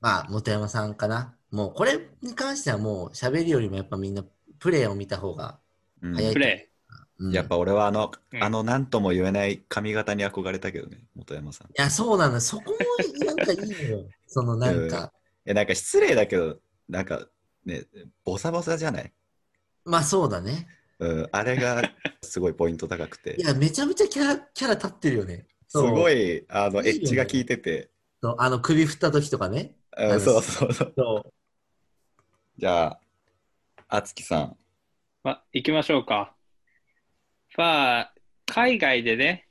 [SPEAKER 3] まあ、元山さんかな。もう、これに関してはもう、喋るよりもやっぱみんなプレーを見た方が
[SPEAKER 2] うん
[SPEAKER 3] 早い
[SPEAKER 4] プレ
[SPEAKER 3] うん
[SPEAKER 2] やっぱ俺はあの、
[SPEAKER 4] うん
[SPEAKER 2] あの何とも言えない髪型に憧れたけどね、本山さん。い
[SPEAKER 3] いや、そうなんだ。そこもなんかいいの よ。そのなんか、
[SPEAKER 2] や、なんか失礼だけど、なんかね、ボサボサじゃない、
[SPEAKER 3] まあそうだね。
[SPEAKER 2] うん、あれがすごいポイント高くて
[SPEAKER 3] い、や、めちゃめちゃキャラキャラ立ってるよね。
[SPEAKER 2] す
[SPEAKER 3] そう
[SPEAKER 2] ごい、あの、
[SPEAKER 3] いい
[SPEAKER 2] エ
[SPEAKER 3] よね
[SPEAKER 2] ッジが効いてて、
[SPEAKER 3] そうあの首振った時とかね。
[SPEAKER 2] うん、そうそうそう。
[SPEAKER 3] そ
[SPEAKER 2] じゃあ、あつきさん。
[SPEAKER 4] ー。ま、行きましょうか。まあ、海外でね、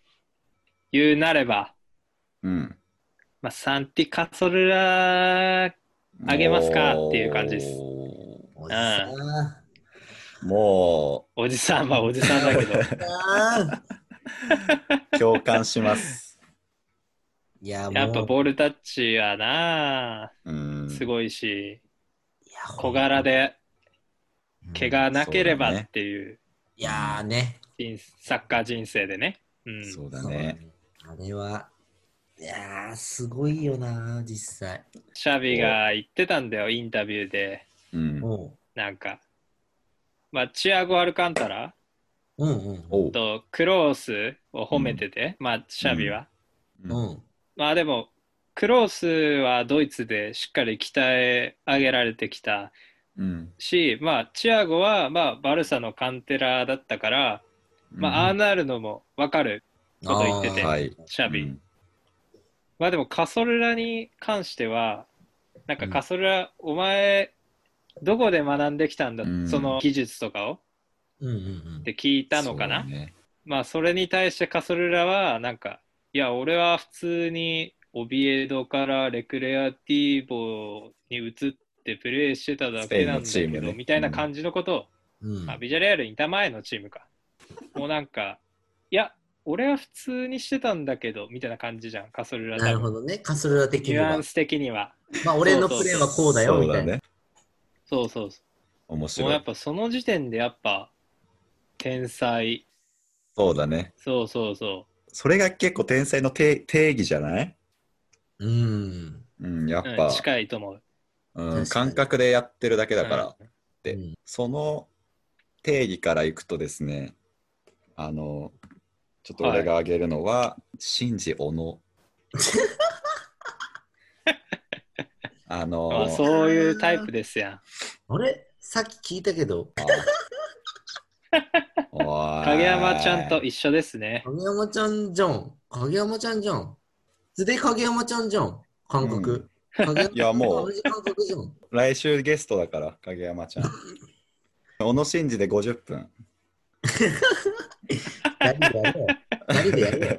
[SPEAKER 4] 言うなれば、
[SPEAKER 2] うん。
[SPEAKER 4] まあ、サンティカソルラーあげますかっていう感じです
[SPEAKER 2] も
[SPEAKER 3] う。おじさん。
[SPEAKER 2] うも
[SPEAKER 4] おじさんはおじさんだけど、
[SPEAKER 3] あ
[SPEAKER 2] う、共感します。
[SPEAKER 3] ーいや、もう。
[SPEAKER 4] やっぱボールタッチはな、
[SPEAKER 2] うん。
[SPEAKER 4] すごいし、
[SPEAKER 3] いや
[SPEAKER 4] 小柄で
[SPEAKER 3] うん
[SPEAKER 4] 怪我なければっていう
[SPEAKER 3] いやーね。
[SPEAKER 4] 人サッカー人生でね。うん、
[SPEAKER 2] そうだ
[SPEAKER 3] そうだ
[SPEAKER 2] ね。
[SPEAKER 3] ねあれは、いやー、すごいよな、実際。
[SPEAKER 4] シャビが言ってたんだよ、インタビューで。
[SPEAKER 2] うん。
[SPEAKER 3] おう
[SPEAKER 4] なんか、まあ、チアゴ・アルカンタラ
[SPEAKER 3] うんうん。
[SPEAKER 2] おう。
[SPEAKER 4] とクロースを褒めてて、まあ、シャビは。
[SPEAKER 2] うん
[SPEAKER 3] うん。
[SPEAKER 4] まあでも、クロースはドイツでしっかり鍛え上げられてきた
[SPEAKER 2] うん。
[SPEAKER 4] し、まあ、チアゴは、まあ、バルサのカンテラだったから、まあ、ああ
[SPEAKER 2] の、
[SPEAKER 4] なるのもわかる、こと言ってて
[SPEAKER 3] あー
[SPEAKER 2] はい
[SPEAKER 4] シャビ。
[SPEAKER 2] うん
[SPEAKER 4] まあでもカソルラに関してはなんかカソルラ、お前どこで学んできたんだ、
[SPEAKER 2] うん
[SPEAKER 4] その技術とかを
[SPEAKER 3] うんうん
[SPEAKER 4] って聞いたのかな
[SPEAKER 2] そうね
[SPEAKER 4] まあそれに対してカソルラはなんかいや俺は普通にオビエドからレクレアティーボに移ってプレーしてただけなんだけ
[SPEAKER 2] スペインのチーム
[SPEAKER 4] ど、
[SPEAKER 2] ね
[SPEAKER 4] みたいな感じのことを、
[SPEAKER 3] うん。うん
[SPEAKER 4] まあ、ビジャレアル・インター前のチームかもうなんかいや俺は普通にしてたんだけどみたいな感じじゃんカソルラ多分
[SPEAKER 3] なるほどね。カスルラ的
[SPEAKER 4] ニ
[SPEAKER 3] に
[SPEAKER 4] ュア
[SPEAKER 3] は
[SPEAKER 4] ン。ス的には
[SPEAKER 3] まあ、俺のプレーはこうだよ、
[SPEAKER 2] そ
[SPEAKER 3] みたいな。
[SPEAKER 2] ね。
[SPEAKER 4] そうそうそ
[SPEAKER 2] 面
[SPEAKER 4] う。もう
[SPEAKER 2] 白
[SPEAKER 4] やっ
[SPEAKER 2] い。
[SPEAKER 4] ぱその時点でやっぱ天才。
[SPEAKER 2] そうだね。
[SPEAKER 4] そうそうそ
[SPEAKER 2] それが結構天才の定定義じゃない
[SPEAKER 3] うん。
[SPEAKER 2] うん、やっ
[SPEAKER 4] う。うん
[SPEAKER 2] ぱ、
[SPEAKER 4] 近いと思う。
[SPEAKER 2] うん、
[SPEAKER 3] 確かに
[SPEAKER 2] 感覚でやってるだけだから、
[SPEAKER 4] うん
[SPEAKER 2] で
[SPEAKER 3] うん
[SPEAKER 2] その定義からいくとですね、あの、ちょっと俺が挙げるのは、シンジ・オ ノ。あの、
[SPEAKER 4] まあ、そういうタイプですや
[SPEAKER 3] あれさっき聞いたけど、
[SPEAKER 2] お
[SPEAKER 4] ん。
[SPEAKER 2] い
[SPEAKER 4] 影山ちゃんと一緒です ね。
[SPEAKER 3] 影山ちゃんじゃん。影山ちゃんじゃん。素で影山ちゃんじゃん。感覚。影山
[SPEAKER 2] いやもう
[SPEAKER 3] 同じ感覚じゃん。
[SPEAKER 2] 来週ゲストだから、影山ちゃん。小野真二で50分。
[SPEAKER 3] 二人でやれよ。二人でやれよ。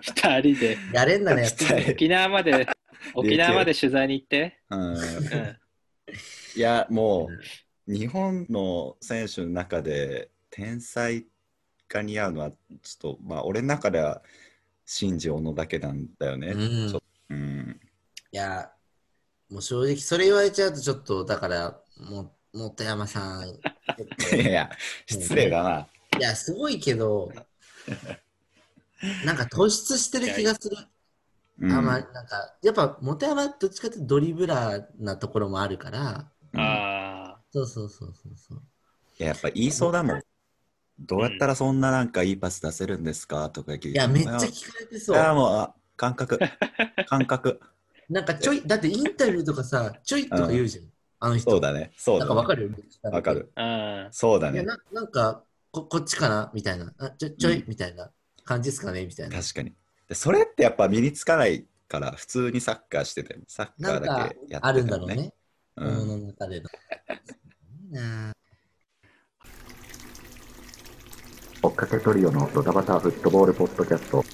[SPEAKER 4] 二人で。
[SPEAKER 3] やれんならやって み
[SPEAKER 2] はい
[SPEAKER 4] 沖縄 まで、沖縄まで取材に行って。
[SPEAKER 2] うん、
[SPEAKER 4] うん。
[SPEAKER 2] いや、もう、日本の選手の中で、天才が似合うのは、ちょっと、まあ、俺の中では、真二小野だけなんだよね。
[SPEAKER 3] うん
[SPEAKER 2] ちょうん。
[SPEAKER 3] いや、もう正直、それ言われちゃうと、ちょっと、だから、もう、本山 さん。
[SPEAKER 2] いやいや、失礼だな。
[SPEAKER 3] いや、すごいけ ど、なんか突出してる気がする。
[SPEAKER 2] うん
[SPEAKER 3] あまあ、なんか、やっぱ、本山どっちかっていうとドリブラーなところもあるから、
[SPEAKER 2] うん
[SPEAKER 4] ああ。
[SPEAKER 3] そうそうそうそうそう。
[SPEAKER 2] いややっぱ言いそうだもん。どうやったらそんななんかいいパス出せるんですかとか聞いて。
[SPEAKER 3] いや、めっちゃ聞かれてそ
[SPEAKER 2] いや、
[SPEAKER 3] う。
[SPEAKER 2] もう、あ感 覚。感覚。
[SPEAKER 3] なんか、ちょい、だってインタビューとかさ、ちょいとか言うじゃん。あの人。
[SPEAKER 2] そうだね。そう
[SPEAKER 3] な
[SPEAKER 2] だ、ね。
[SPEAKER 3] んかわかるよね。
[SPEAKER 2] わかる。
[SPEAKER 4] うん。
[SPEAKER 2] そうだ
[SPEAKER 3] いや
[SPEAKER 2] ね。
[SPEAKER 3] ななんかこ、こっちかなみたいな。あちょちょい、
[SPEAKER 2] うん
[SPEAKER 3] みたいな感じですかねみたいな。
[SPEAKER 2] 確かに。でそれってやっぱ身につかないから、普通にサッカーしてても、サッカー
[SPEAKER 3] なんか
[SPEAKER 2] だけやってた
[SPEAKER 3] あ
[SPEAKER 2] ら
[SPEAKER 3] るんだろうね。
[SPEAKER 2] う
[SPEAKER 3] 物
[SPEAKER 2] ん。
[SPEAKER 3] の中での。いいな
[SPEAKER 1] 追っかけトリオのドタバタフットボールポッドキャスト。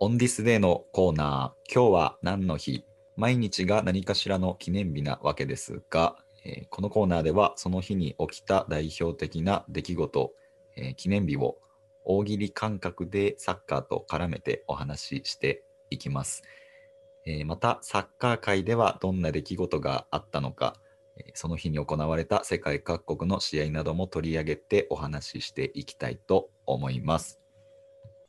[SPEAKER 2] オンディスデーのコーナー、今日は何の日毎日が何かしらの記念日なわけですが、えーこのコーナーではその日に起きた代表的な出来事、えー記念日を大喜利感覚でサッカーと絡めてお話ししていきます。えーまた、サッカー界ではどんな出来事があったのか、えーその日に行われた世界各国の試合なども取り上げてお話ししていきたいと思います。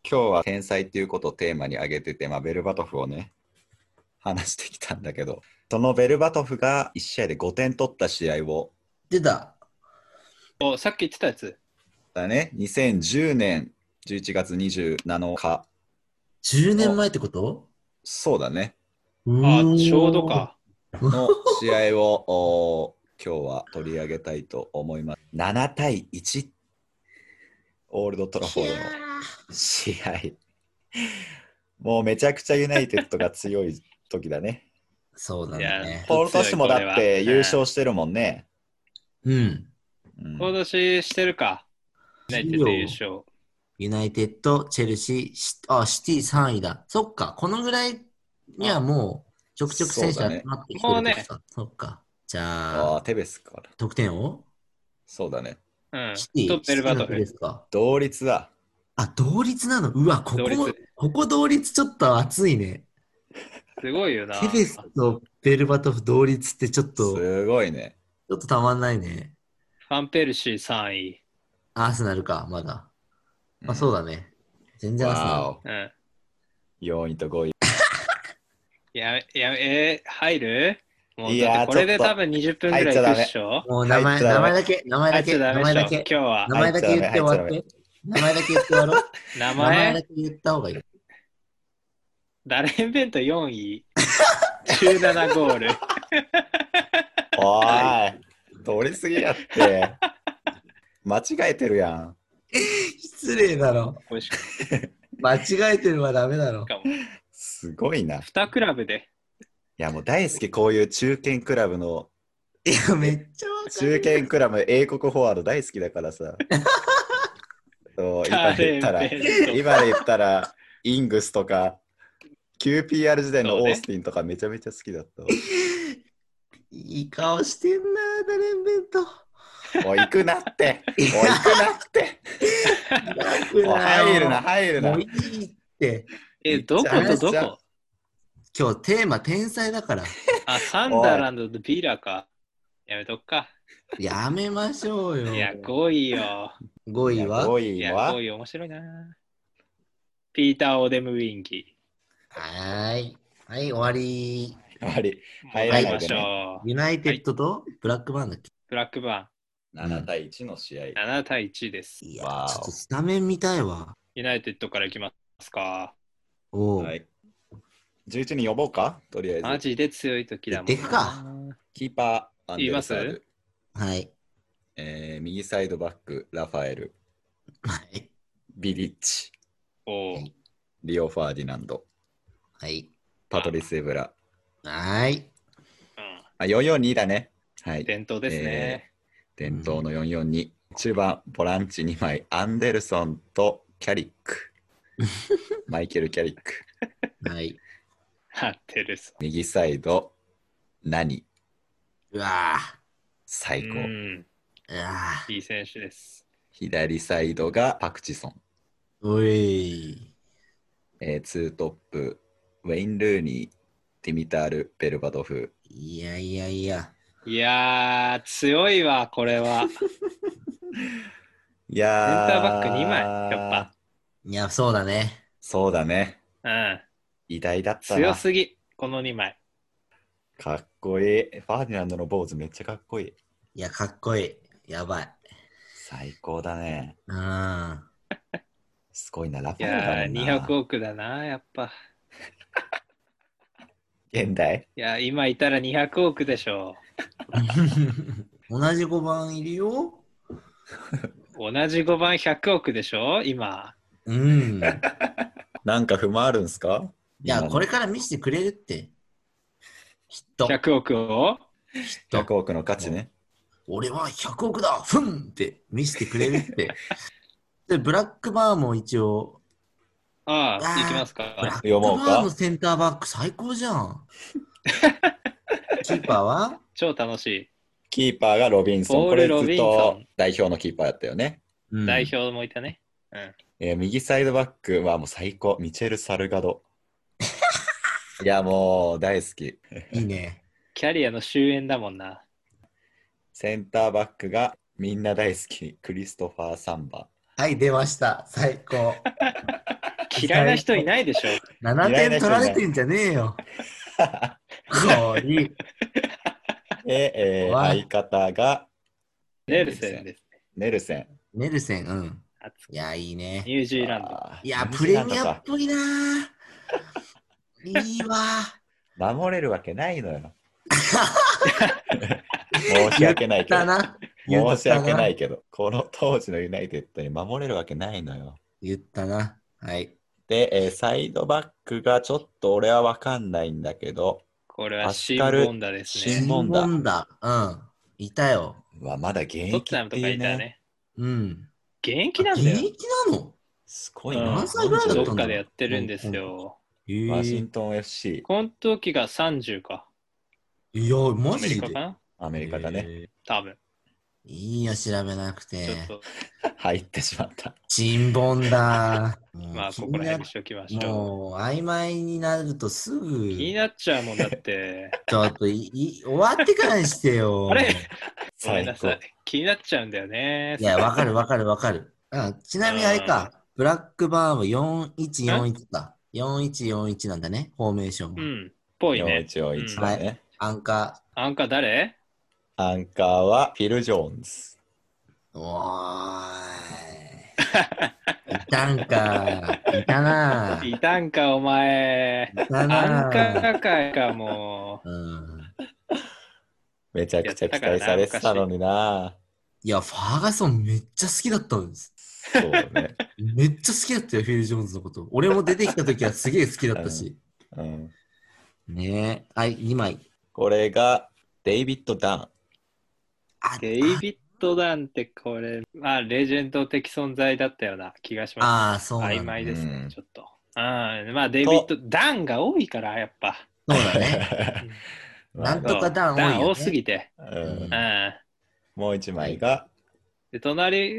[SPEAKER 2] 今日は天才っていうことをテーマに挙げてて、まあ、ベルバトフをね話してきたんだけどそのベルバトフが1試合で5点取った試合を
[SPEAKER 3] 出た。
[SPEAKER 4] お、さっき言ってたやつ。
[SPEAKER 2] だね2010年11月27日
[SPEAKER 3] 10年前ってこと
[SPEAKER 2] そうだね
[SPEAKER 3] う
[SPEAKER 4] あ
[SPEAKER 3] ーん
[SPEAKER 4] ちょうどか。
[SPEAKER 2] の試合を おー今日は取り上げたいと思います7対1オールドトラフォードの試合もうめちゃくちゃユナイテッドが強い時だね
[SPEAKER 3] そうなんだね
[SPEAKER 4] い。や
[SPEAKER 2] ポール・トシもだって優勝してるもんね。
[SPEAKER 3] うん。
[SPEAKER 2] うん
[SPEAKER 4] 今年してるか。ナイテッド優勝。
[SPEAKER 3] ユナイテッド、チェルシー、シあシティ3位だ。そっか、このぐらいにはもう、ちょくちょく選手
[SPEAKER 2] そうだ
[SPEAKER 3] 集
[SPEAKER 2] ね
[SPEAKER 3] まってきてるってことかそっか。じゃ
[SPEAKER 2] あ
[SPEAKER 3] あ、
[SPEAKER 2] あ、テベスから。
[SPEAKER 3] 得点を
[SPEAKER 2] そうだね。
[SPEAKER 4] うん。
[SPEAKER 3] シティ。
[SPEAKER 4] トッペルバト
[SPEAKER 3] シティの得
[SPEAKER 4] フ
[SPEAKER 3] で。すか。
[SPEAKER 2] 同率だ。
[SPEAKER 3] あ、同率なのうわ、ここも
[SPEAKER 4] 同率、
[SPEAKER 3] ここ同率ちょっと熱いね。
[SPEAKER 4] すごいよな。
[SPEAKER 3] テベスとベルバトフ同率ってちょっと、ち
[SPEAKER 2] すごいね。
[SPEAKER 3] ょっとたまんないね。
[SPEAKER 4] ファンペルシー3位。
[SPEAKER 3] アーセナルか、まだ。まあそう
[SPEAKER 2] だ。
[SPEAKER 3] だね。全然アーセナ
[SPEAKER 2] わ
[SPEAKER 3] ル。
[SPEAKER 2] お。
[SPEAKER 4] うん。
[SPEAKER 2] 4位と5位。
[SPEAKER 4] やめ、やめ、えー入るもう
[SPEAKER 2] い
[SPEAKER 4] だっ
[SPEAKER 2] やー
[SPEAKER 4] てこれで
[SPEAKER 2] ちょっと
[SPEAKER 4] 多分20分ぐらいいくっしょ
[SPEAKER 3] もう名
[SPEAKER 2] 入っ
[SPEAKER 3] 前、
[SPEAKER 2] ちゃダ
[SPEAKER 3] 名
[SPEAKER 2] メ
[SPEAKER 3] 前だけ、名前
[SPEAKER 4] あ
[SPEAKER 3] だ
[SPEAKER 4] いつ
[SPEAKER 3] け、
[SPEAKER 4] ダ
[SPEAKER 3] 名
[SPEAKER 4] メ
[SPEAKER 3] 前
[SPEAKER 4] で
[SPEAKER 3] だ
[SPEAKER 4] しょ
[SPEAKER 3] け、
[SPEAKER 4] 今日は
[SPEAKER 3] 名前だけ言って終わっ
[SPEAKER 2] 入
[SPEAKER 3] て。名前だけ言って終わろう。
[SPEAKER 4] 名
[SPEAKER 3] 名前
[SPEAKER 4] 前
[SPEAKER 3] だけ言った方がいい。
[SPEAKER 4] ダレンベント4位17ゴール
[SPEAKER 2] おーい、通り過ぎやって。間違えてるやん。
[SPEAKER 3] 失礼だろ。
[SPEAKER 4] 美味しかっ
[SPEAKER 3] 間違えてるはダメだろ
[SPEAKER 4] た。かも
[SPEAKER 2] すごいな。い
[SPEAKER 4] 2クラブで
[SPEAKER 2] や、もう大好き、こういう中堅クラブの、
[SPEAKER 3] いや、めっちゃわか
[SPEAKER 2] 中
[SPEAKER 3] る。
[SPEAKER 2] 堅クラブ、英国フォワード大好きだから さ。そう今
[SPEAKER 4] ダ
[SPEAKER 2] で言っ
[SPEAKER 4] レン
[SPEAKER 2] たら、
[SPEAKER 4] ベント
[SPEAKER 2] 今で言ったら、イングスとか、QPR 時代の
[SPEAKER 4] そう
[SPEAKER 2] オ
[SPEAKER 4] ね
[SPEAKER 2] ースティンとかめちゃめちゃ好きだったわ。
[SPEAKER 3] いい顔してんな、ダレンベント。
[SPEAKER 2] おい、行くなって。おい、行くな って。
[SPEAKER 3] 泣
[SPEAKER 2] お
[SPEAKER 3] く
[SPEAKER 2] い
[SPEAKER 3] なよ
[SPEAKER 2] 入るな、入るな
[SPEAKER 3] もう。いいって。
[SPEAKER 4] えどことどこ
[SPEAKER 3] 今日テーマ天才だから。
[SPEAKER 4] あサンダーランドとビーラかやめとっか
[SPEAKER 3] やめましょうよ。
[SPEAKER 4] いや5位よ
[SPEAKER 3] 5位は
[SPEAKER 2] 5
[SPEAKER 4] い
[SPEAKER 2] 位
[SPEAKER 4] や
[SPEAKER 2] は
[SPEAKER 4] 5位面白いなピーター・オーデム・ウィンギ
[SPEAKER 3] はーい。はい、終わり。
[SPEAKER 2] やっぱり
[SPEAKER 4] ー
[SPEAKER 2] 入
[SPEAKER 4] 入
[SPEAKER 2] ら
[SPEAKER 4] り
[SPEAKER 2] ない
[SPEAKER 4] ま
[SPEAKER 2] でね
[SPEAKER 4] しょう
[SPEAKER 3] ユナイテッドとブラックバーンだっけ
[SPEAKER 4] ブラックバ
[SPEAKER 2] 7対1の試合。
[SPEAKER 4] ーン7対1です
[SPEAKER 3] い
[SPEAKER 2] わー
[SPEAKER 3] や、ち
[SPEAKER 2] お
[SPEAKER 3] ょっとスタメン見たいわ。
[SPEAKER 4] ユナイテッドからいきますか
[SPEAKER 3] おお、
[SPEAKER 2] はい、11人呼ぼうかとりあえず。
[SPEAKER 4] マジで強い時だもん
[SPEAKER 3] 行ってくか
[SPEAKER 2] キーパー、アンデルサー
[SPEAKER 4] 言いま
[SPEAKER 2] ル、
[SPEAKER 3] はい。
[SPEAKER 2] えー右サイドバック、ラファエル、
[SPEAKER 3] はい。
[SPEAKER 2] ビリッチ、
[SPEAKER 4] おう
[SPEAKER 2] リオ・ファーディナンド、
[SPEAKER 3] はい。
[SPEAKER 2] パトリス・エブラ。
[SPEAKER 3] はーい。
[SPEAKER 4] う
[SPEAKER 2] あ、442だね。はい
[SPEAKER 4] ん、。伝統ですね、
[SPEAKER 2] えー伝統の442。中盤、ボランチ2枚、アンデルソンとキャリック。マイケル・キャリック。
[SPEAKER 3] はい。
[SPEAKER 4] 合ってるさ
[SPEAKER 2] 右サイド、何
[SPEAKER 3] うわぁ。
[SPEAKER 2] 最
[SPEAKER 4] う
[SPEAKER 2] 高。
[SPEAKER 4] ん
[SPEAKER 3] うわぁ。
[SPEAKER 4] いい選手です
[SPEAKER 2] 左サイドがパクチソン。
[SPEAKER 3] おい。
[SPEAKER 2] えー、ツートップ、ウェイン・ルーニー、ディミタール・ベルバドフ。
[SPEAKER 3] いやいやいや。
[SPEAKER 4] いやー強いわこれは
[SPEAKER 2] いや
[SPEAKER 4] センターバック2枚やっぱ。
[SPEAKER 3] いや、そうだね。
[SPEAKER 2] そうだね。
[SPEAKER 4] うん
[SPEAKER 2] 偉大だったな。
[SPEAKER 4] 強すぎこの2枚
[SPEAKER 2] かっこいい。ファーディナンドの坊主めっちゃかっこいい。
[SPEAKER 3] いや、かっこいい。やばい。
[SPEAKER 2] 最高だね。
[SPEAKER 3] うん。 ラ
[SPEAKER 2] すごいな、ラフ
[SPEAKER 4] い
[SPEAKER 2] ァエル
[SPEAKER 4] や
[SPEAKER 2] だ
[SPEAKER 4] ー
[SPEAKER 2] もんな。
[SPEAKER 4] 200億だなやっぱ
[SPEAKER 2] 現代
[SPEAKER 4] いやー今いたら200億でしょ
[SPEAKER 3] 同じ5番いるよ。
[SPEAKER 4] 同じ5番100億でしょ今
[SPEAKER 3] うん。
[SPEAKER 2] なんか不満あるんすか
[SPEAKER 3] いや、これ
[SPEAKER 2] か
[SPEAKER 3] から見せてくれるって。きっと、きっ
[SPEAKER 4] 100億を
[SPEAKER 3] と
[SPEAKER 2] 100億の価値ね。
[SPEAKER 3] 俺は100億だふんって見せてくれる って。で、ブラックバーンも一応、
[SPEAKER 4] あ
[SPEAKER 3] うわ
[SPEAKER 4] あ
[SPEAKER 3] ー
[SPEAKER 4] いきます
[SPEAKER 3] ブラッ
[SPEAKER 4] か
[SPEAKER 2] 読もう
[SPEAKER 3] クバー
[SPEAKER 2] か
[SPEAKER 3] ンのセンターバック最高じ ゃん。キーパーは
[SPEAKER 4] 超楽しい
[SPEAKER 2] キーパーがロビンソン。
[SPEAKER 4] ポ
[SPEAKER 2] こ
[SPEAKER 4] ー
[SPEAKER 2] れ
[SPEAKER 4] ル
[SPEAKER 2] ず
[SPEAKER 4] ロビ
[SPEAKER 2] っ
[SPEAKER 4] ンソン
[SPEAKER 2] と代表のキーパーやったよね。
[SPEAKER 4] 代表もいたね
[SPEAKER 2] えー右サイドバックはもう最高。ミチェル・サルガ ド。いや、もう大好き。
[SPEAKER 3] いいね。
[SPEAKER 4] キャリアの終焉だもんな
[SPEAKER 2] センターバックがみんな大好き、クリストファー・サンバ。
[SPEAKER 3] はい、出ました。最高。
[SPEAKER 4] 嫌いな人いないでしょ
[SPEAKER 3] 7点取られてんじゃねえよ。こり。
[SPEAKER 2] で、えー
[SPEAKER 3] わあ
[SPEAKER 2] 相方が
[SPEAKER 4] ネルセンです
[SPEAKER 2] ネルセン。
[SPEAKER 3] ネルセン、うん。
[SPEAKER 4] 熱く
[SPEAKER 3] いや、いいね。
[SPEAKER 4] ニュージーランド
[SPEAKER 2] あー
[SPEAKER 3] いや、
[SPEAKER 2] ニュー
[SPEAKER 3] プ
[SPEAKER 2] ジー
[SPEAKER 3] レ
[SPEAKER 2] ランド
[SPEAKER 3] ミアっ
[SPEAKER 2] か
[SPEAKER 3] ぽいなぁ。いいわ
[SPEAKER 2] 守れるわけないのよ。 申し訳ない
[SPEAKER 3] ぁ。
[SPEAKER 2] け
[SPEAKER 3] だ
[SPEAKER 2] ど。
[SPEAKER 3] な。言ったな
[SPEAKER 2] 申し訳ないけど、 この当時のユナイテッドに守れるわけないのよ。
[SPEAKER 3] 言ったな。はい。
[SPEAKER 2] で、えーサイドバックがちょっと俺は分かんないんだけど、
[SPEAKER 4] これはシ
[SPEAKER 2] パスカル
[SPEAKER 4] ンボンダです
[SPEAKER 2] シン
[SPEAKER 4] ね
[SPEAKER 2] ボンダ
[SPEAKER 3] ンダ。うん。いたよ。
[SPEAKER 2] はまだ現
[SPEAKER 4] トッ
[SPEAKER 2] 役
[SPEAKER 4] テナ
[SPEAKER 2] っ
[SPEAKER 4] ム
[SPEAKER 2] て
[SPEAKER 4] と
[SPEAKER 2] い
[SPEAKER 4] か
[SPEAKER 2] う
[SPEAKER 4] いた
[SPEAKER 2] ね。
[SPEAKER 4] ね
[SPEAKER 3] うん。
[SPEAKER 4] 現役なんだ
[SPEAKER 3] 現
[SPEAKER 4] よ
[SPEAKER 3] 役なの
[SPEAKER 2] すごい
[SPEAKER 4] うん
[SPEAKER 2] な。
[SPEAKER 3] 何歳ぐらいだった
[SPEAKER 4] ど
[SPEAKER 3] ん
[SPEAKER 4] っかでやってるんです
[SPEAKER 3] う
[SPEAKER 4] よ
[SPEAKER 3] え
[SPEAKER 2] ワシントン FC、
[SPEAKER 4] この時が30か
[SPEAKER 3] いや、
[SPEAKER 4] ア
[SPEAKER 3] マ
[SPEAKER 4] メリ
[SPEAKER 3] ジ
[SPEAKER 4] カ
[SPEAKER 3] で
[SPEAKER 4] か。な
[SPEAKER 2] アメリカだね。
[SPEAKER 3] え
[SPEAKER 4] 多分
[SPEAKER 3] ー。いいよ、調べなく
[SPEAKER 4] ちょ
[SPEAKER 3] て
[SPEAKER 4] っ。と
[SPEAKER 2] 入ってしまった。
[SPEAKER 3] チンボン だ。
[SPEAKER 4] まあ
[SPEAKER 3] もう気
[SPEAKER 4] こ
[SPEAKER 3] に
[SPEAKER 4] こら
[SPEAKER 3] な
[SPEAKER 4] 辺にしときましょ
[SPEAKER 3] もう曖昧になるとすぐ
[SPEAKER 4] う気になっちゃうもんだって
[SPEAKER 3] ちょっといい終わってからにしてよ。
[SPEAKER 4] あれごめん
[SPEAKER 2] 最
[SPEAKER 4] なさ
[SPEAKER 2] 高
[SPEAKER 4] い。気になっちゃうんだよね
[SPEAKER 3] いや、わかるわかるわかる。あちなみにあれか、ブラックバーンは4141だ。4141なんだね、フォーメーション
[SPEAKER 4] う
[SPEAKER 3] も。
[SPEAKER 4] んぽいね
[SPEAKER 2] 4141だね。
[SPEAKER 3] アンカ
[SPEAKER 4] アンカー誰
[SPEAKER 2] アンカーはフィル・ジョーンズ。
[SPEAKER 3] ー。お ーい。いたんか。いたな。い
[SPEAKER 4] いたんか、お前。
[SPEAKER 3] た
[SPEAKER 4] アンカ
[SPEAKER 3] な。
[SPEAKER 4] ー界か、も
[SPEAKER 3] うん。
[SPEAKER 2] めちゃくちゃ期待されてたのにな。
[SPEAKER 3] いや、ファーガソンめっちゃ好きだったんです。
[SPEAKER 2] そうね。
[SPEAKER 3] めっちゃ好きだったよ、フィル・ジョーンズのこと。俺も出てきた時はすげえ好きだっ たし。
[SPEAKER 2] うん、
[SPEAKER 3] ねえ。はい、2枚。
[SPEAKER 2] これがデイビッド・ダン。
[SPEAKER 3] あ
[SPEAKER 4] う。デイビッド・ダンってこれ、まあ、レジェンド的存在だったような気がしま
[SPEAKER 3] ああ、そう
[SPEAKER 4] す。
[SPEAKER 3] なんだ。
[SPEAKER 4] 曖昧ですね、
[SPEAKER 2] うん
[SPEAKER 4] ちょっと。うん、まあ、デイビッド・ダンが多いから、やっぱ。
[SPEAKER 3] そうだね。
[SPEAKER 2] まあ
[SPEAKER 3] なんとかダン多いよね
[SPEAKER 4] ダン多すぎて。
[SPEAKER 2] うん
[SPEAKER 4] うん。
[SPEAKER 2] もう一枚が、
[SPEAKER 4] で、隣、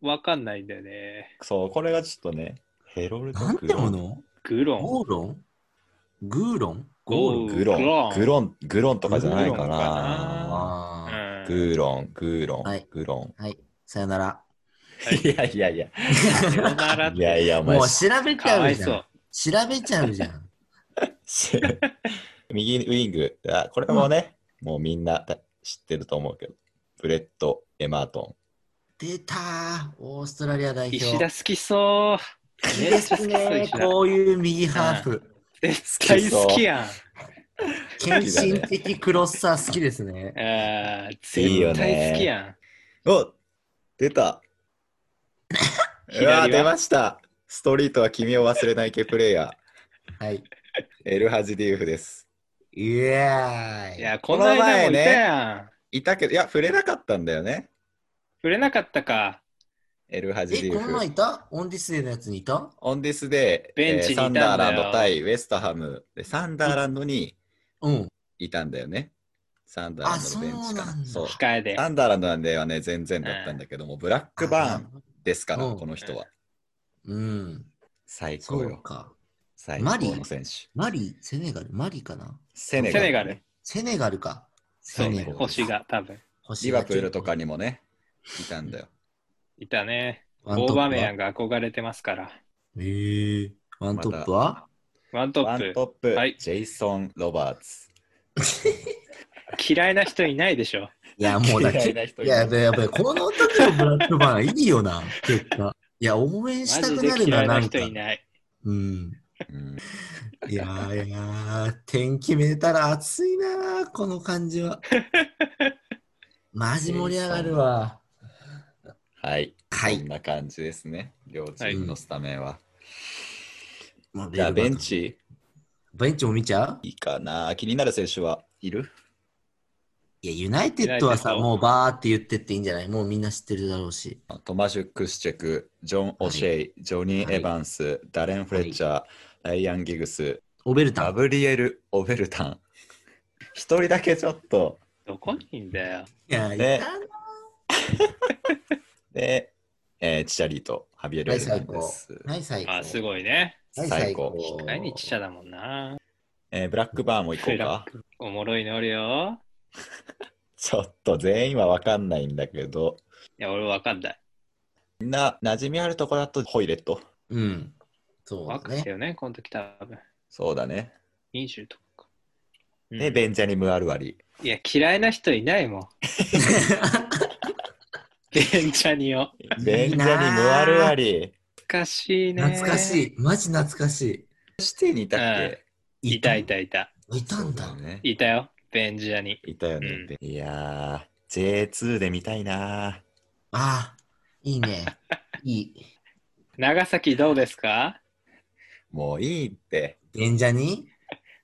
[SPEAKER 4] わかんないんだよね。
[SPEAKER 2] そう、これがちょっとね、ヘロルド・
[SPEAKER 3] なん
[SPEAKER 2] グ
[SPEAKER 3] て
[SPEAKER 2] ロ
[SPEAKER 3] も
[SPEAKER 2] ン。
[SPEAKER 3] の
[SPEAKER 4] グロン。
[SPEAKER 3] ゴーロングーロン
[SPEAKER 4] ゴーロン
[SPEAKER 2] グロ
[SPEAKER 4] グロン
[SPEAKER 2] ン、グロン、グロンとかじゃないか
[SPEAKER 4] グロンか
[SPEAKER 2] な。
[SPEAKER 4] う
[SPEAKER 3] あ
[SPEAKER 4] ん
[SPEAKER 2] グーロン、グーロン、
[SPEAKER 3] はい
[SPEAKER 2] グロン。
[SPEAKER 3] あ。はい。さよなら。
[SPEAKER 2] いやいやいや、
[SPEAKER 4] さよならっ
[SPEAKER 2] いや
[SPEAKER 4] て
[SPEAKER 2] いや、お前
[SPEAKER 3] もう、調べち
[SPEAKER 4] か
[SPEAKER 3] ゃ
[SPEAKER 4] わ
[SPEAKER 3] う
[SPEAKER 4] い
[SPEAKER 3] じ
[SPEAKER 4] そ
[SPEAKER 3] ゃん
[SPEAKER 4] う。。
[SPEAKER 3] 調べちゃうじゃん。
[SPEAKER 2] し右ウィング、あこれもね、もうみんなた知ってると思うけど、ブレッド・エマート
[SPEAKER 3] 出たーオーストラリア代表。
[SPEAKER 4] 石田好きそう。めっちゃ好きそう、
[SPEAKER 3] ね
[SPEAKER 4] 石田。
[SPEAKER 3] こういう右ハーフ。
[SPEAKER 4] 絶対好きやん。
[SPEAKER 3] 献身的クロスサー好きですね。
[SPEAKER 4] あー
[SPEAKER 2] いいよ
[SPEAKER 4] 絶対
[SPEAKER 2] ね
[SPEAKER 4] 好きやん。
[SPEAKER 2] ン。お出た うわ
[SPEAKER 4] 左は
[SPEAKER 2] 出ましたストリートは君を忘れない系プレイヤ
[SPEAKER 3] はい。
[SPEAKER 2] ー、エルハジ・ディーフです。
[SPEAKER 3] イエーイ。
[SPEAKER 4] いや、この間もいたやん。
[SPEAKER 2] いたけど、いや、触れなかったんだよね、
[SPEAKER 4] 触れなかったか。
[SPEAKER 2] エルハジ・デ
[SPEAKER 3] え、
[SPEAKER 2] ィー
[SPEAKER 3] この前
[SPEAKER 2] フ。
[SPEAKER 3] いたオンディスデーのやつにいた
[SPEAKER 2] オンディスで、
[SPEAKER 4] ベンチにいたんだよ
[SPEAKER 2] サンダーランド対ウェストハムで、サンダーランドに
[SPEAKER 3] うん。
[SPEAKER 2] いたんだよね。サンダーランドのベンチか
[SPEAKER 3] あそうなん
[SPEAKER 2] な。
[SPEAKER 3] だ
[SPEAKER 2] そう
[SPEAKER 4] 控えで。
[SPEAKER 2] サンダーランドなんではね、全然だったんだけども、ブラックバーンですから、
[SPEAKER 3] うん
[SPEAKER 2] この人は。
[SPEAKER 3] うん。
[SPEAKER 2] 最
[SPEAKER 3] そ
[SPEAKER 2] 高
[SPEAKER 3] う
[SPEAKER 2] よ。
[SPEAKER 3] か。
[SPEAKER 2] 最高の選手。
[SPEAKER 3] マリ、セネガル、マリかな
[SPEAKER 2] セネ
[SPEAKER 4] セ
[SPEAKER 2] ガル。
[SPEAKER 4] ネガル。
[SPEAKER 3] セネガルか。
[SPEAKER 4] そ
[SPEAKER 2] セ
[SPEAKER 4] う
[SPEAKER 2] ネガ
[SPEAKER 4] ね、
[SPEAKER 2] ル
[SPEAKER 4] 星が多分
[SPEAKER 3] 星
[SPEAKER 2] リ
[SPEAKER 3] が
[SPEAKER 2] バプールとかにもね、いたんだよ。
[SPEAKER 4] いたね。
[SPEAKER 3] ワン
[SPEAKER 4] オ
[SPEAKER 3] トップ
[SPEAKER 4] ーバ
[SPEAKER 3] は
[SPEAKER 4] ーメヤンが憧れてますから。
[SPEAKER 3] えー、ワントップは、
[SPEAKER 4] ワント
[SPEAKER 2] ワン
[SPEAKER 4] ップ。
[SPEAKER 2] トップ、
[SPEAKER 4] はい
[SPEAKER 2] ジェイソン・ロバーツ。
[SPEAKER 4] 嫌いな人いないでしょ。
[SPEAKER 3] いや、もうだ
[SPEAKER 2] 嫌
[SPEAKER 3] け。
[SPEAKER 2] いな人
[SPEAKER 3] いや、やべやべ、この時のブラックバーンいいよな、結果。いや、応援し
[SPEAKER 4] マ
[SPEAKER 3] た
[SPEAKER 4] ジ
[SPEAKER 3] く
[SPEAKER 4] で
[SPEAKER 3] なる
[SPEAKER 4] 嫌
[SPEAKER 3] な、
[SPEAKER 4] い
[SPEAKER 3] な
[SPEAKER 4] なん
[SPEAKER 3] か。
[SPEAKER 4] 人いない。
[SPEAKER 3] うん。
[SPEAKER 2] うん
[SPEAKER 3] いやーいやー、点決めたら熱いなー、この感じ は。マジ盛り上が るわ。
[SPEAKER 2] はい。
[SPEAKER 3] はい
[SPEAKER 2] こんな感じですね。両チームのスタメンは。
[SPEAKER 3] もう
[SPEAKER 2] じゃあ、ベン。チ
[SPEAKER 3] ベンチも見ちゃう
[SPEAKER 2] いいかな。気になる選手はいる
[SPEAKER 3] いや、ユナイテッドはさ、
[SPEAKER 4] ユナイテッド
[SPEAKER 3] もうバーって言ってっていいんじゃないもうみんな知ってるだろうし。
[SPEAKER 2] トマシュ・クスチェク、ジョン・オシェイ、ジョニー・エヴァンス、ダレン・フレッチャー、ライアン・ギグス、
[SPEAKER 3] オベルタ
[SPEAKER 2] ガ
[SPEAKER 3] ン。
[SPEAKER 2] ブリエル・オベルタン。一人だけちょっと。
[SPEAKER 4] どこにいんだよ。
[SPEAKER 3] いや、い
[SPEAKER 2] ね
[SPEAKER 3] たな
[SPEAKER 2] で、えーチチャリーとハビエル・
[SPEAKER 3] は
[SPEAKER 2] エ
[SPEAKER 3] い、
[SPEAKER 2] ルナ
[SPEAKER 3] 最
[SPEAKER 2] ンデ
[SPEAKER 3] 高
[SPEAKER 2] ス。。
[SPEAKER 3] はい、最高。
[SPEAKER 4] あ、すごいね。
[SPEAKER 3] はい、
[SPEAKER 2] 最
[SPEAKER 3] 最
[SPEAKER 2] 高
[SPEAKER 3] 高。
[SPEAKER 4] 何日ちゃだもんな。
[SPEAKER 2] えーブラックバーンも行こう
[SPEAKER 4] ブラ
[SPEAKER 2] か
[SPEAKER 4] ッ。クおもろいのおるよ。
[SPEAKER 2] ちょっと全員は分かんないんだけど、
[SPEAKER 4] いや、俺わかんない。
[SPEAKER 2] みんな馴染みあるとこだとホイレット。
[SPEAKER 3] うん。そう
[SPEAKER 4] わ
[SPEAKER 3] だ
[SPEAKER 4] かった
[SPEAKER 3] ね。
[SPEAKER 4] よね、この時多分。
[SPEAKER 2] そうだね。
[SPEAKER 4] 20とかか。うん
[SPEAKER 2] で、ベンジャニム・アルワリ。
[SPEAKER 4] いや、嫌いな人いないもん。ベンチャニオ。
[SPEAKER 2] ベンジャニム・アルワリ。
[SPEAKER 4] 懐かしいね。
[SPEAKER 3] 懐かし
[SPEAKER 4] い。
[SPEAKER 3] い。マジ懐かし
[SPEAKER 2] シティにいたっけ、
[SPEAKER 3] い。
[SPEAKER 4] いたい。たいた。
[SPEAKER 3] いた
[SPEAKER 2] そ
[SPEAKER 3] んだ
[SPEAKER 2] う。よね。
[SPEAKER 4] いたよ、ベンジャニ。
[SPEAKER 2] いたよね。いやー、J2 で見たいな
[SPEAKER 3] ああ、いい ね。いい。
[SPEAKER 4] 長崎どうですか
[SPEAKER 2] ー。もういいって。
[SPEAKER 3] ベンジャニ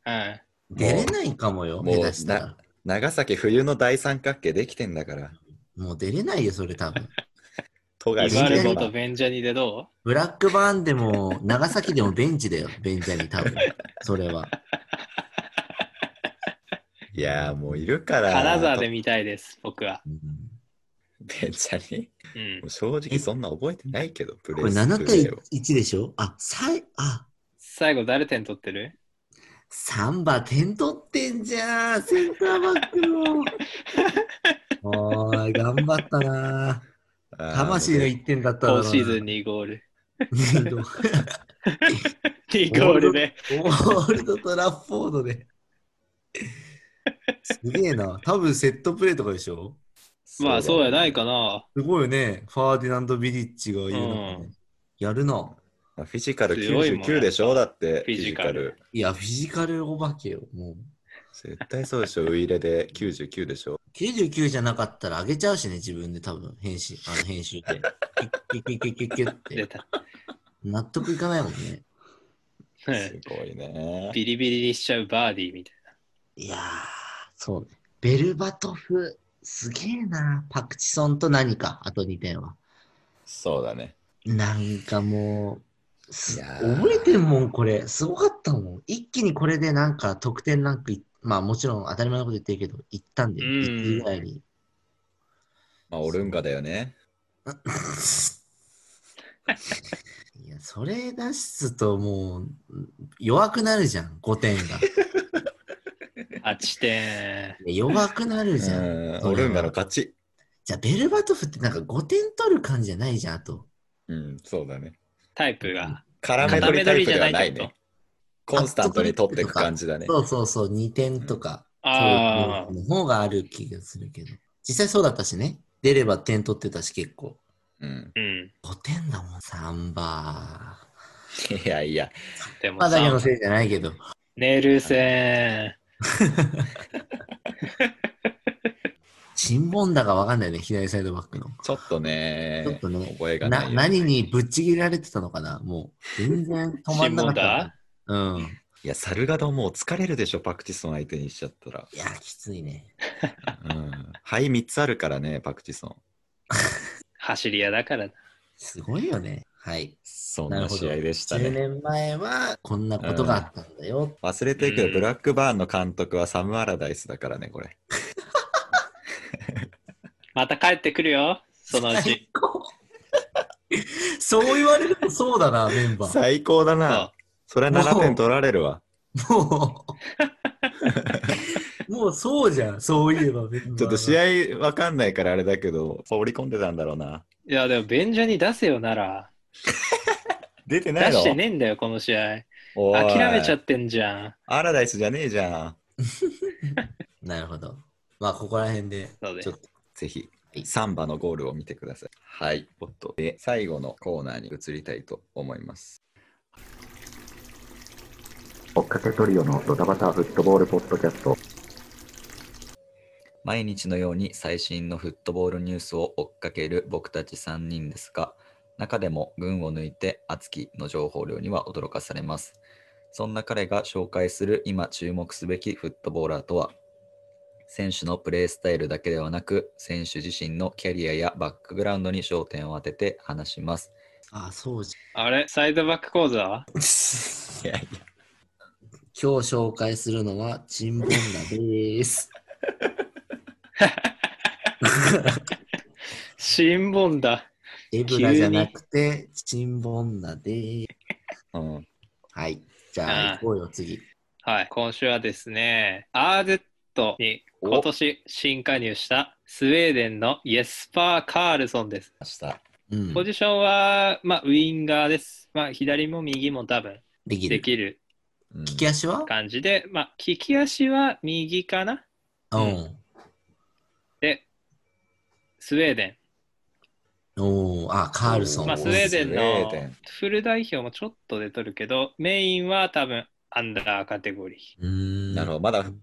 [SPEAKER 4] うん。
[SPEAKER 3] 出れないかもよ、
[SPEAKER 2] もう
[SPEAKER 3] 下手したら。
[SPEAKER 2] 長崎冬の大三角形できてんだから。
[SPEAKER 3] もう出れないよ、それ多分。
[SPEAKER 2] 戸
[SPEAKER 4] イ
[SPEAKER 2] が
[SPEAKER 4] バル
[SPEAKER 3] ル
[SPEAKER 4] ゴ
[SPEAKER 3] ゴ
[SPEAKER 4] とベンジャニでど
[SPEAKER 3] ブラックバーンでも、長崎でもベンチだよ、ベンジャニ多分。それは。
[SPEAKER 2] いやー、もういるか
[SPEAKER 4] う
[SPEAKER 2] ら。
[SPEAKER 4] 金沢で見たいです、僕は。
[SPEAKER 3] うん
[SPEAKER 2] ベンチャニ
[SPEAKER 4] うん
[SPEAKER 2] もう。正直そんな覚えてないけど、プレ
[SPEAKER 3] これ
[SPEAKER 2] ス
[SPEAKER 3] 7
[SPEAKER 2] プ
[SPEAKER 3] 対
[SPEAKER 2] レーを
[SPEAKER 3] 1でしょあ、さい、あ、
[SPEAKER 4] 最後、誰点取ってる
[SPEAKER 3] サンバ点取ってんじゃん、センターバックの。おーい、頑張ったな
[SPEAKER 2] あー。
[SPEAKER 3] 魂の1点だっただろう
[SPEAKER 4] 今
[SPEAKER 3] な
[SPEAKER 4] シーズン2ゴール。
[SPEAKER 3] 二度
[SPEAKER 4] 2ゴールで。
[SPEAKER 3] オールドトラッフォードで。すげえな。多分セットプレーとかでしょ
[SPEAKER 4] まあそうやないいかな。
[SPEAKER 3] すごいね。ファーディナンド・ビリッチが言うの、
[SPEAKER 4] う
[SPEAKER 3] ねやるな。
[SPEAKER 2] フィジカル
[SPEAKER 4] 強いもん
[SPEAKER 2] 99でしょだって。
[SPEAKER 4] フィジカル
[SPEAKER 3] いや、フィジカルお化けよ。もう。
[SPEAKER 2] フィジカル。絶対そうでしょ。ウイレで99でしょ。
[SPEAKER 3] 99じゃなかったら上げちゃうしね、自分で多分、編集、あの編集で。キュッキュッキュッキュッキュッキュ
[SPEAKER 4] 出
[SPEAKER 3] って。
[SPEAKER 4] た。
[SPEAKER 3] 納得いかないもんね。
[SPEAKER 4] うん
[SPEAKER 2] すごいね。
[SPEAKER 4] ビリビリにしちゃうバーディーみたい
[SPEAKER 3] いやー、そうね。ベルバトフ、すげえな。パクチソンと何か、あと2点は。
[SPEAKER 2] そうだね。
[SPEAKER 3] なんかもう、す
[SPEAKER 2] いやー
[SPEAKER 3] 覚えてんもん、これ。すごかったもん。一気にこれでなんか得点ランクい、まあもちろん当たり前のこと言ってるけど、行ったんで、
[SPEAKER 4] うん
[SPEAKER 3] 1位ぐらいに。
[SPEAKER 2] まあ、オルンガだよね。
[SPEAKER 3] いや、それ出すともう弱くなるじゃん、5点が。
[SPEAKER 4] な。8点。
[SPEAKER 3] いや弱くなる
[SPEAKER 2] う
[SPEAKER 3] じゃん。
[SPEAKER 2] ん。オルンガの勝ち。
[SPEAKER 3] じゃあ、ベルバトフってなんか5点取る感じじゃないじゃん、あと。
[SPEAKER 2] うん、そうだね。
[SPEAKER 4] タイプが。
[SPEAKER 2] 絡め取りタイプではない
[SPEAKER 4] 固め取りじゃないって
[SPEAKER 2] ね。コンスタントに取っていく感じだね。
[SPEAKER 3] そうそうそう、2点とか、
[SPEAKER 4] あ
[SPEAKER 3] そういうの方がある気がするけど。実際そうだったしね。出れば点取ってたし、結構。
[SPEAKER 2] うん。
[SPEAKER 4] あ。うん。
[SPEAKER 3] 5点だもん、3番。
[SPEAKER 2] いやいや、
[SPEAKER 4] でも
[SPEAKER 3] まあ、だけの
[SPEAKER 4] さ、
[SPEAKER 3] せいじゃないけど。
[SPEAKER 4] ネルセ
[SPEAKER 3] チンボンだかわかんないね、左サイドバックの。
[SPEAKER 2] ちょっとね、
[SPEAKER 3] ちょっとね
[SPEAKER 2] 覚えがない
[SPEAKER 3] な
[SPEAKER 2] よ、
[SPEAKER 3] 何にぶっちぎられてたのかなもう、全然止まん なかったな。うん。
[SPEAKER 2] いや、サルガドもう疲れるでしょ、パクティソン相手にしちゃったら。
[SPEAKER 3] いや、きついね。
[SPEAKER 2] うん。肺3つあるからね、パクティソン。
[SPEAKER 4] ン。走り屋だからな。
[SPEAKER 3] すごいよね。はい。
[SPEAKER 2] そん
[SPEAKER 3] な
[SPEAKER 2] な
[SPEAKER 3] るほど
[SPEAKER 2] 試合でした
[SPEAKER 3] 10
[SPEAKER 2] ね。
[SPEAKER 3] 年前はこんなことがあったんだよ。
[SPEAKER 2] 忘れてるけど、
[SPEAKER 4] うん
[SPEAKER 2] ブラックバーンの監督はサム・アラダイスだからね、これ。
[SPEAKER 4] また帰ってくるよ。そのうち。
[SPEAKER 3] 高 そう言われるとそうだな、メンバー。
[SPEAKER 2] 最高だな。それは7点取られるわ。
[SPEAKER 3] もう、もうそうじゃん、そういえばメンバーが。
[SPEAKER 2] ちょっと試合わかんないからあれだけど、放り込んでたんだろうな。
[SPEAKER 4] いや、でも、ベンジャに出せよなら。
[SPEAKER 2] 出て
[SPEAKER 4] 出
[SPEAKER 2] ないの
[SPEAKER 4] してねえんだよ、この試合。
[SPEAKER 2] おい
[SPEAKER 4] 諦めちゃってんじゃん。
[SPEAKER 2] アラダイスじゃねえじゃん。
[SPEAKER 3] なるほど。まあ、ここら辺で、
[SPEAKER 4] そうで
[SPEAKER 3] ちょっと、
[SPEAKER 2] ぜひ
[SPEAKER 3] はい、
[SPEAKER 2] サンバのゴールを見てください。はい。おっとで、最後のコーナーに移りたいと思います。
[SPEAKER 1] 追っかけトリオのドタバタフットボールポッドキャスト。
[SPEAKER 2] 毎日のように最新のフットボールニュースを追っかける僕たち3人ですが、中でも群を抜いて熱きの情報量には驚かされます。そんな彼が紹介する今注目すべきフットボーラーとは、選手のプレースタイルだけではなく、選手自身のキャリアやバックグラウンドに焦点を当てて話します。
[SPEAKER 3] ああ、そうじ
[SPEAKER 4] あれサイドバック講座は い
[SPEAKER 2] やいや
[SPEAKER 3] ゃん。今日紹介するのは、チンボンダ です。
[SPEAKER 4] 新聞だ。
[SPEAKER 3] エブラじゃなくて、チンボンナでーす。
[SPEAKER 2] うん、
[SPEAKER 3] はい。じゃ
[SPEAKER 4] あ
[SPEAKER 3] あ、
[SPEAKER 4] あ
[SPEAKER 3] 行こうよ、次。
[SPEAKER 4] はい。今週はですね、RZ に今年新加入したスウェーデンのイェスパー・カールソンです。
[SPEAKER 2] ました。
[SPEAKER 3] うん
[SPEAKER 4] ポ。ジションは、まあ、ウインガーです。まあ、左も右も多分
[SPEAKER 3] でき
[SPEAKER 4] で
[SPEAKER 3] る。
[SPEAKER 4] きる
[SPEAKER 2] うん
[SPEAKER 3] 利き足は
[SPEAKER 4] 感じで、まあ、利き足は右かな
[SPEAKER 3] うん。
[SPEAKER 4] で、スウェーデ
[SPEAKER 3] おお、あ、カールソ
[SPEAKER 4] ン。
[SPEAKER 3] ン。
[SPEAKER 4] まあ、スウェーデン
[SPEAKER 2] スウェー
[SPEAKER 4] の
[SPEAKER 2] デン
[SPEAKER 4] フル代表もちょっと出とるけど、メインは多分アンダーカテゴリ
[SPEAKER 3] うーん。
[SPEAKER 2] なるほど、まだ
[SPEAKER 4] ー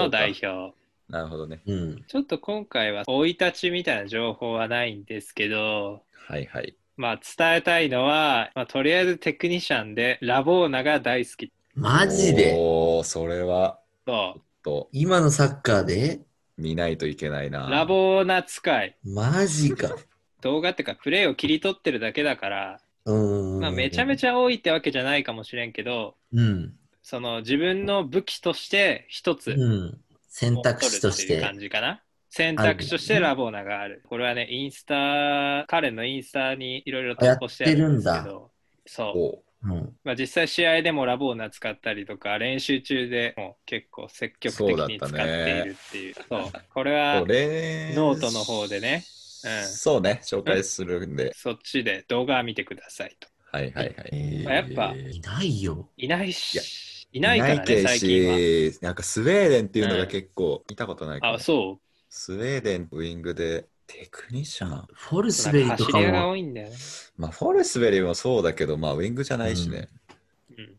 [SPEAKER 4] の代表。
[SPEAKER 2] なるほどね。
[SPEAKER 3] ど。うん。
[SPEAKER 4] ちょっと今回は生い立ちみたいな情報はないんですけど、
[SPEAKER 2] はいはい。
[SPEAKER 4] まあ、伝えたいのは、まあ、とりあえずテクニシャンでラボーナが大好き
[SPEAKER 3] マジで
[SPEAKER 2] おお、それは
[SPEAKER 4] と、
[SPEAKER 2] と
[SPEAKER 3] 今のサッカーで
[SPEAKER 2] 見ないといけないな。
[SPEAKER 4] ラボーナ使い、
[SPEAKER 3] マジか。
[SPEAKER 4] 動画っていうかプレーを切り取ってるだけだから、
[SPEAKER 3] うーん。
[SPEAKER 4] まあ、めちゃめ
[SPEAKER 3] ゃ。
[SPEAKER 4] ちゃ多いってわけじゃないかもしれんけど、
[SPEAKER 3] うん。
[SPEAKER 4] その自分の武器として一つ
[SPEAKER 3] うん。選択肢とし
[SPEAKER 4] 持っるっていう
[SPEAKER 3] て
[SPEAKER 4] 感。じかな。選択肢としてラボーナがある。これはね、インスタ、彼のインスタにいろいろ投稿してあるんです
[SPEAKER 3] やっ
[SPEAKER 4] け
[SPEAKER 3] て
[SPEAKER 4] ど、そう。
[SPEAKER 2] お
[SPEAKER 3] うん。
[SPEAKER 4] まあ、実際試合でもラボーナ使ったりとか練習中でも結構積極的に使っているっていうそう,、これは
[SPEAKER 2] これ
[SPEAKER 4] ノートの方でねうん
[SPEAKER 2] そうね、紹介するんで。
[SPEAKER 4] そっちで動画見てくださいと
[SPEAKER 2] はいはいはい。
[SPEAKER 3] え
[SPEAKER 4] まあやっぱ
[SPEAKER 3] ーいないよ。
[SPEAKER 4] いない
[SPEAKER 2] いや
[SPEAKER 4] しいないからね、
[SPEAKER 2] ない
[SPEAKER 4] 最
[SPEAKER 2] け
[SPEAKER 4] 近は。
[SPEAKER 2] し、なんかスウェーデンっていうの
[SPEAKER 4] う
[SPEAKER 2] が
[SPEAKER 4] ん
[SPEAKER 2] 結構見たことないから、
[SPEAKER 4] あ、そう。
[SPEAKER 2] スウェーデンウィングでテクニシャン。
[SPEAKER 3] フォルス
[SPEAKER 4] な
[SPEAKER 3] ベ
[SPEAKER 4] ん
[SPEAKER 3] リ
[SPEAKER 4] か
[SPEAKER 3] と
[SPEAKER 4] 走
[SPEAKER 3] か
[SPEAKER 4] り屋が
[SPEAKER 3] も
[SPEAKER 4] 多いんだよね。
[SPEAKER 2] まあ、フォルスベリーもそうだけど、まあ、ウィングじゃないしね。
[SPEAKER 4] うん。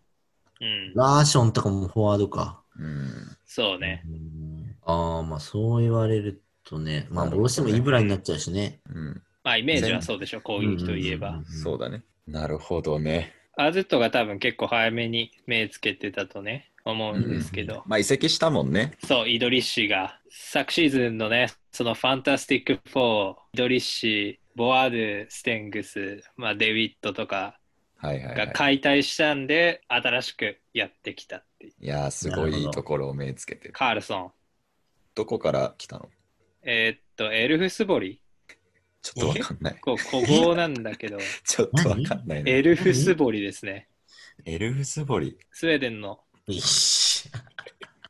[SPEAKER 4] うん。
[SPEAKER 3] ラーションとかもフォワードか。
[SPEAKER 2] うん。
[SPEAKER 4] そうね。
[SPEAKER 3] うんああ、まあそう言われるとね、まあどうしてもイブラになっちゃうしね。
[SPEAKER 2] うん。
[SPEAKER 4] まあイメージはそうでしょ、攻撃といえば。
[SPEAKER 3] うんうんうんうん
[SPEAKER 2] そうだね。なるほどね。
[SPEAKER 4] アズットが多分結構早めに目つけてたとね、思うんですけど、
[SPEAKER 2] まあ、移籍したもんね。
[SPEAKER 4] そう、イドリッシーが、昨シーズンのね、そのファンタスティック4、イドリッシー、ボワール、ステングス、まあ、デビットとか
[SPEAKER 2] はいはい、は
[SPEAKER 4] が
[SPEAKER 2] い。
[SPEAKER 4] 解体したんで、新しくやってきたっていう。
[SPEAKER 2] いやー、すご
[SPEAKER 3] なるほ
[SPEAKER 2] い
[SPEAKER 3] ど
[SPEAKER 2] いいところを目つけてる。
[SPEAKER 4] カールソン、
[SPEAKER 2] どこから来たの
[SPEAKER 4] えーっと、エルフスボリ
[SPEAKER 2] ちょっとわかんない。
[SPEAKER 4] こう、古豪なんだ けど、
[SPEAKER 2] ちょっとわかんないね。
[SPEAKER 4] エルフスボリですね。
[SPEAKER 2] エルフスボリ。
[SPEAKER 4] スウェーデンの、
[SPEAKER 3] いっし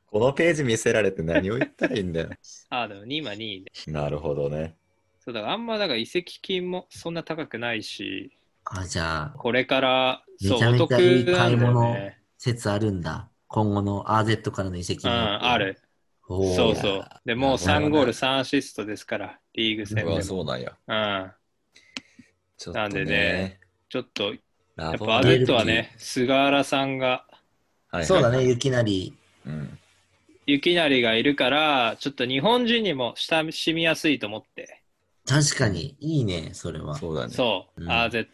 [SPEAKER 2] このページ見せられて何を言ったらいいんだよ。
[SPEAKER 4] あ、でも今2位で。
[SPEAKER 2] なるほどね。
[SPEAKER 4] そうだからあんまだから移籍金もそんな高くないし、
[SPEAKER 3] あ、じゃあ、
[SPEAKER 4] これから、そう、
[SPEAKER 3] め
[SPEAKER 4] お
[SPEAKER 3] ちゃめ
[SPEAKER 4] 得
[SPEAKER 3] ちゃいい
[SPEAKER 4] な
[SPEAKER 3] 買い
[SPEAKER 4] んだよ
[SPEAKER 3] 物
[SPEAKER 4] ね。
[SPEAKER 3] 説あるんだ。今後の RZ からの移籍
[SPEAKER 4] うん、
[SPEAKER 3] によって
[SPEAKER 4] あ。る。
[SPEAKER 3] おー
[SPEAKER 4] そうそう。でもう
[SPEAKER 2] なるほど
[SPEAKER 4] 3
[SPEAKER 2] ね
[SPEAKER 4] ゴール3アシストですから、リーグ戦で
[SPEAKER 2] うわ、
[SPEAKER 4] も。
[SPEAKER 2] そうなんや。
[SPEAKER 4] うん。
[SPEAKER 2] ちょっと
[SPEAKER 4] なんでね。ちょっと、や
[SPEAKER 2] ラ
[SPEAKER 4] っ
[SPEAKER 2] ボ
[SPEAKER 4] ぱア
[SPEAKER 3] あ
[SPEAKER 4] ズ
[SPEAKER 3] れ
[SPEAKER 4] ットはね、菅原さんが、
[SPEAKER 2] はいはい
[SPEAKER 3] そうだね、。雪なり。
[SPEAKER 2] うん。
[SPEAKER 4] 雪成がいるから、ちょっと日本人にも親しみやすいと思って、
[SPEAKER 3] 確かに、いいね、それは。
[SPEAKER 2] そうだね。
[SPEAKER 4] そう、
[SPEAKER 3] うん
[SPEAKER 4] RZ。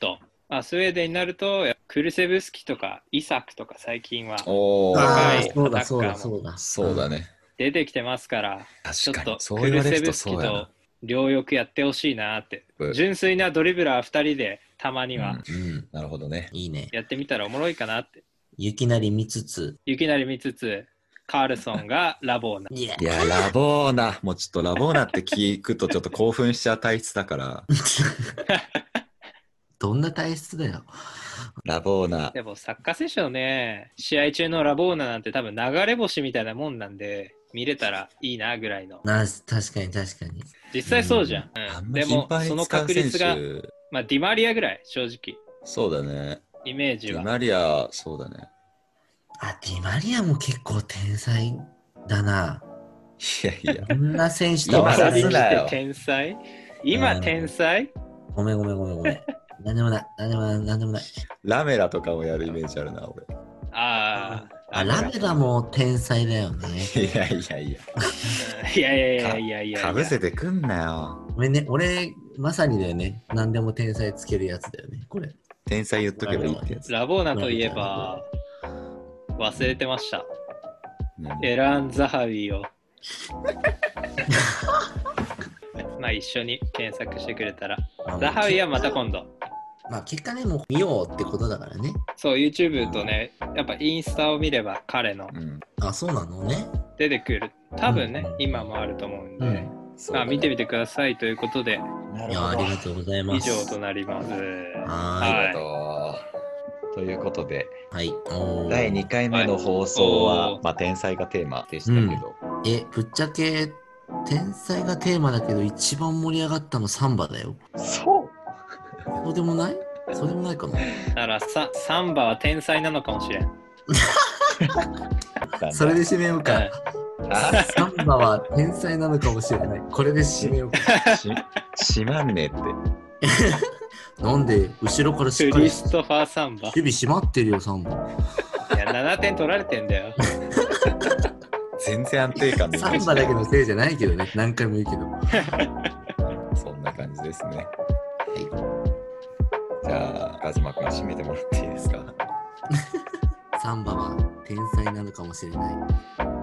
[SPEAKER 4] まあ、スウェーデンになると、クルセブスキとかイサクとか最近は
[SPEAKER 2] おお。
[SPEAKER 3] あ
[SPEAKER 4] はい
[SPEAKER 3] あ、そうだ、
[SPEAKER 4] アタッ
[SPEAKER 3] そう
[SPEAKER 4] カ
[SPEAKER 3] だ、
[SPEAKER 4] ーも
[SPEAKER 3] そうだ。
[SPEAKER 2] そうだ
[SPEAKER 3] ね。
[SPEAKER 2] ね。
[SPEAKER 4] 出てきてますから、ちょ
[SPEAKER 2] 確
[SPEAKER 4] っ
[SPEAKER 2] かに
[SPEAKER 4] と。
[SPEAKER 2] そう
[SPEAKER 4] ク
[SPEAKER 2] 言
[SPEAKER 4] ル
[SPEAKER 2] われ
[SPEAKER 4] セ
[SPEAKER 2] る
[SPEAKER 4] ブ
[SPEAKER 2] と
[SPEAKER 4] スキ
[SPEAKER 2] そうや
[SPEAKER 4] と
[SPEAKER 2] な。
[SPEAKER 4] 両翼やってほしいなって
[SPEAKER 2] う。ん
[SPEAKER 4] 純粋なドリブラー2人でたまには
[SPEAKER 3] うん、
[SPEAKER 2] なるほどね。
[SPEAKER 3] いいね。
[SPEAKER 4] やってみたらおもろいかなって。
[SPEAKER 3] 雪なり見つつ。。
[SPEAKER 4] 雪なり見つつ、カールソンがラボーナ
[SPEAKER 3] いや
[SPEAKER 2] い、や、ラボーナ。もうちょっとラボーナって聞くとちょっと興奮しちゃう体質だから。
[SPEAKER 3] どんな体質だよ。
[SPEAKER 2] ラボーナ。
[SPEAKER 4] でもサッカー選手のね、試合中のラボーナなんて多分流れ星みたいなもんなんで、見れたらいいなぐらいの。
[SPEAKER 3] な確かに、確かに。
[SPEAKER 4] 実際そうじゃん。
[SPEAKER 2] あ
[SPEAKER 4] うんん
[SPEAKER 2] ま
[SPEAKER 4] で
[SPEAKER 2] 頻
[SPEAKER 4] も、
[SPEAKER 2] 繁
[SPEAKER 4] そ
[SPEAKER 2] に
[SPEAKER 4] の
[SPEAKER 2] 使う
[SPEAKER 4] 確
[SPEAKER 2] 選
[SPEAKER 4] 率が、
[SPEAKER 2] 手。
[SPEAKER 4] まあ、ディマリアぐらい、正直、
[SPEAKER 2] そうだね。
[SPEAKER 4] イメージ
[SPEAKER 2] ディ
[SPEAKER 4] は。
[SPEAKER 2] マリア、そうだね。
[SPEAKER 3] あ、ディマリアも結構天才だな。
[SPEAKER 2] いやいや。
[SPEAKER 3] こんな選手と
[SPEAKER 2] 今
[SPEAKER 3] 合わ
[SPEAKER 4] 今
[SPEAKER 2] 更
[SPEAKER 3] せ
[SPEAKER 4] で
[SPEAKER 2] 出す
[SPEAKER 4] き
[SPEAKER 3] る。
[SPEAKER 2] なよ
[SPEAKER 4] て天才今
[SPEAKER 3] うん
[SPEAKER 4] 天才
[SPEAKER 3] ごめん、ごめん、ごめん、ごめん。なんでもない、なんでもない、なんでもない。
[SPEAKER 2] ラメラとかもやるイメージあるな、俺。
[SPEAKER 4] ああ。
[SPEAKER 3] あ、ラメラも天才だよね。
[SPEAKER 2] いやいやいや。
[SPEAKER 4] いやいやいやいやいやいや。
[SPEAKER 2] かぶせてくんなよ。
[SPEAKER 3] ごめんね、俺、まさにだよね。何でも天才つけるやつだよね、これ。
[SPEAKER 2] 天才言っとけばいいってやつ。
[SPEAKER 4] ラボーナといえば、忘れてました。
[SPEAKER 2] 何
[SPEAKER 4] エラン・ザハ ウィを。まあ一緒に検索してくれたら。
[SPEAKER 3] あ
[SPEAKER 4] ザハウィはまた今度。
[SPEAKER 3] まあ結果ね、もう見ようってことだからね。
[SPEAKER 4] そう、YouTube とね、やっぱインスタを見れば彼の
[SPEAKER 2] うん。
[SPEAKER 3] あ、そうなのね。
[SPEAKER 4] 出てくる。多分ね、
[SPEAKER 3] うん
[SPEAKER 4] 今もあると思うんで、
[SPEAKER 3] うん。
[SPEAKER 2] そう
[SPEAKER 4] ま
[SPEAKER 2] だ
[SPEAKER 4] あ
[SPEAKER 2] ね
[SPEAKER 4] 見てみてくださいということで、
[SPEAKER 2] ないる
[SPEAKER 3] や、あ
[SPEAKER 2] ほど
[SPEAKER 3] りがとうございま
[SPEAKER 4] 以
[SPEAKER 3] す。
[SPEAKER 4] 上となります。
[SPEAKER 3] は
[SPEAKER 2] えっとということで、
[SPEAKER 3] ーい。はい。おー
[SPEAKER 2] 第2回目の放送は、
[SPEAKER 4] はい
[SPEAKER 2] まあ、天才がテーマでしたけど、
[SPEAKER 3] え、ぶっちゃけ、天才がテーマだけど、一番盛り上がったのサンバだよ。
[SPEAKER 2] そう
[SPEAKER 3] そうでもないそうでもないかな。
[SPEAKER 4] だからササンバは天才なのかもしれん。
[SPEAKER 3] それで締めようか。
[SPEAKER 2] あ
[SPEAKER 3] サンバは天才なのかもしれない。これで締めようか。
[SPEAKER 2] ししまんねって。
[SPEAKER 3] なんで、後ろからし
[SPEAKER 4] ク
[SPEAKER 3] っかり守
[SPEAKER 4] リストファー・サンバ。
[SPEAKER 3] 備閉まってるよ、サンバ。
[SPEAKER 4] いや、7点取られてんだよ。
[SPEAKER 2] 全然安定感で
[SPEAKER 3] サンバだけのせいじゃないけどね。何回も言うけど。
[SPEAKER 2] そんな感じですね。じゃあ、カズマ君、締めてもらっていいですか
[SPEAKER 3] サンバは天才なのかもしれない。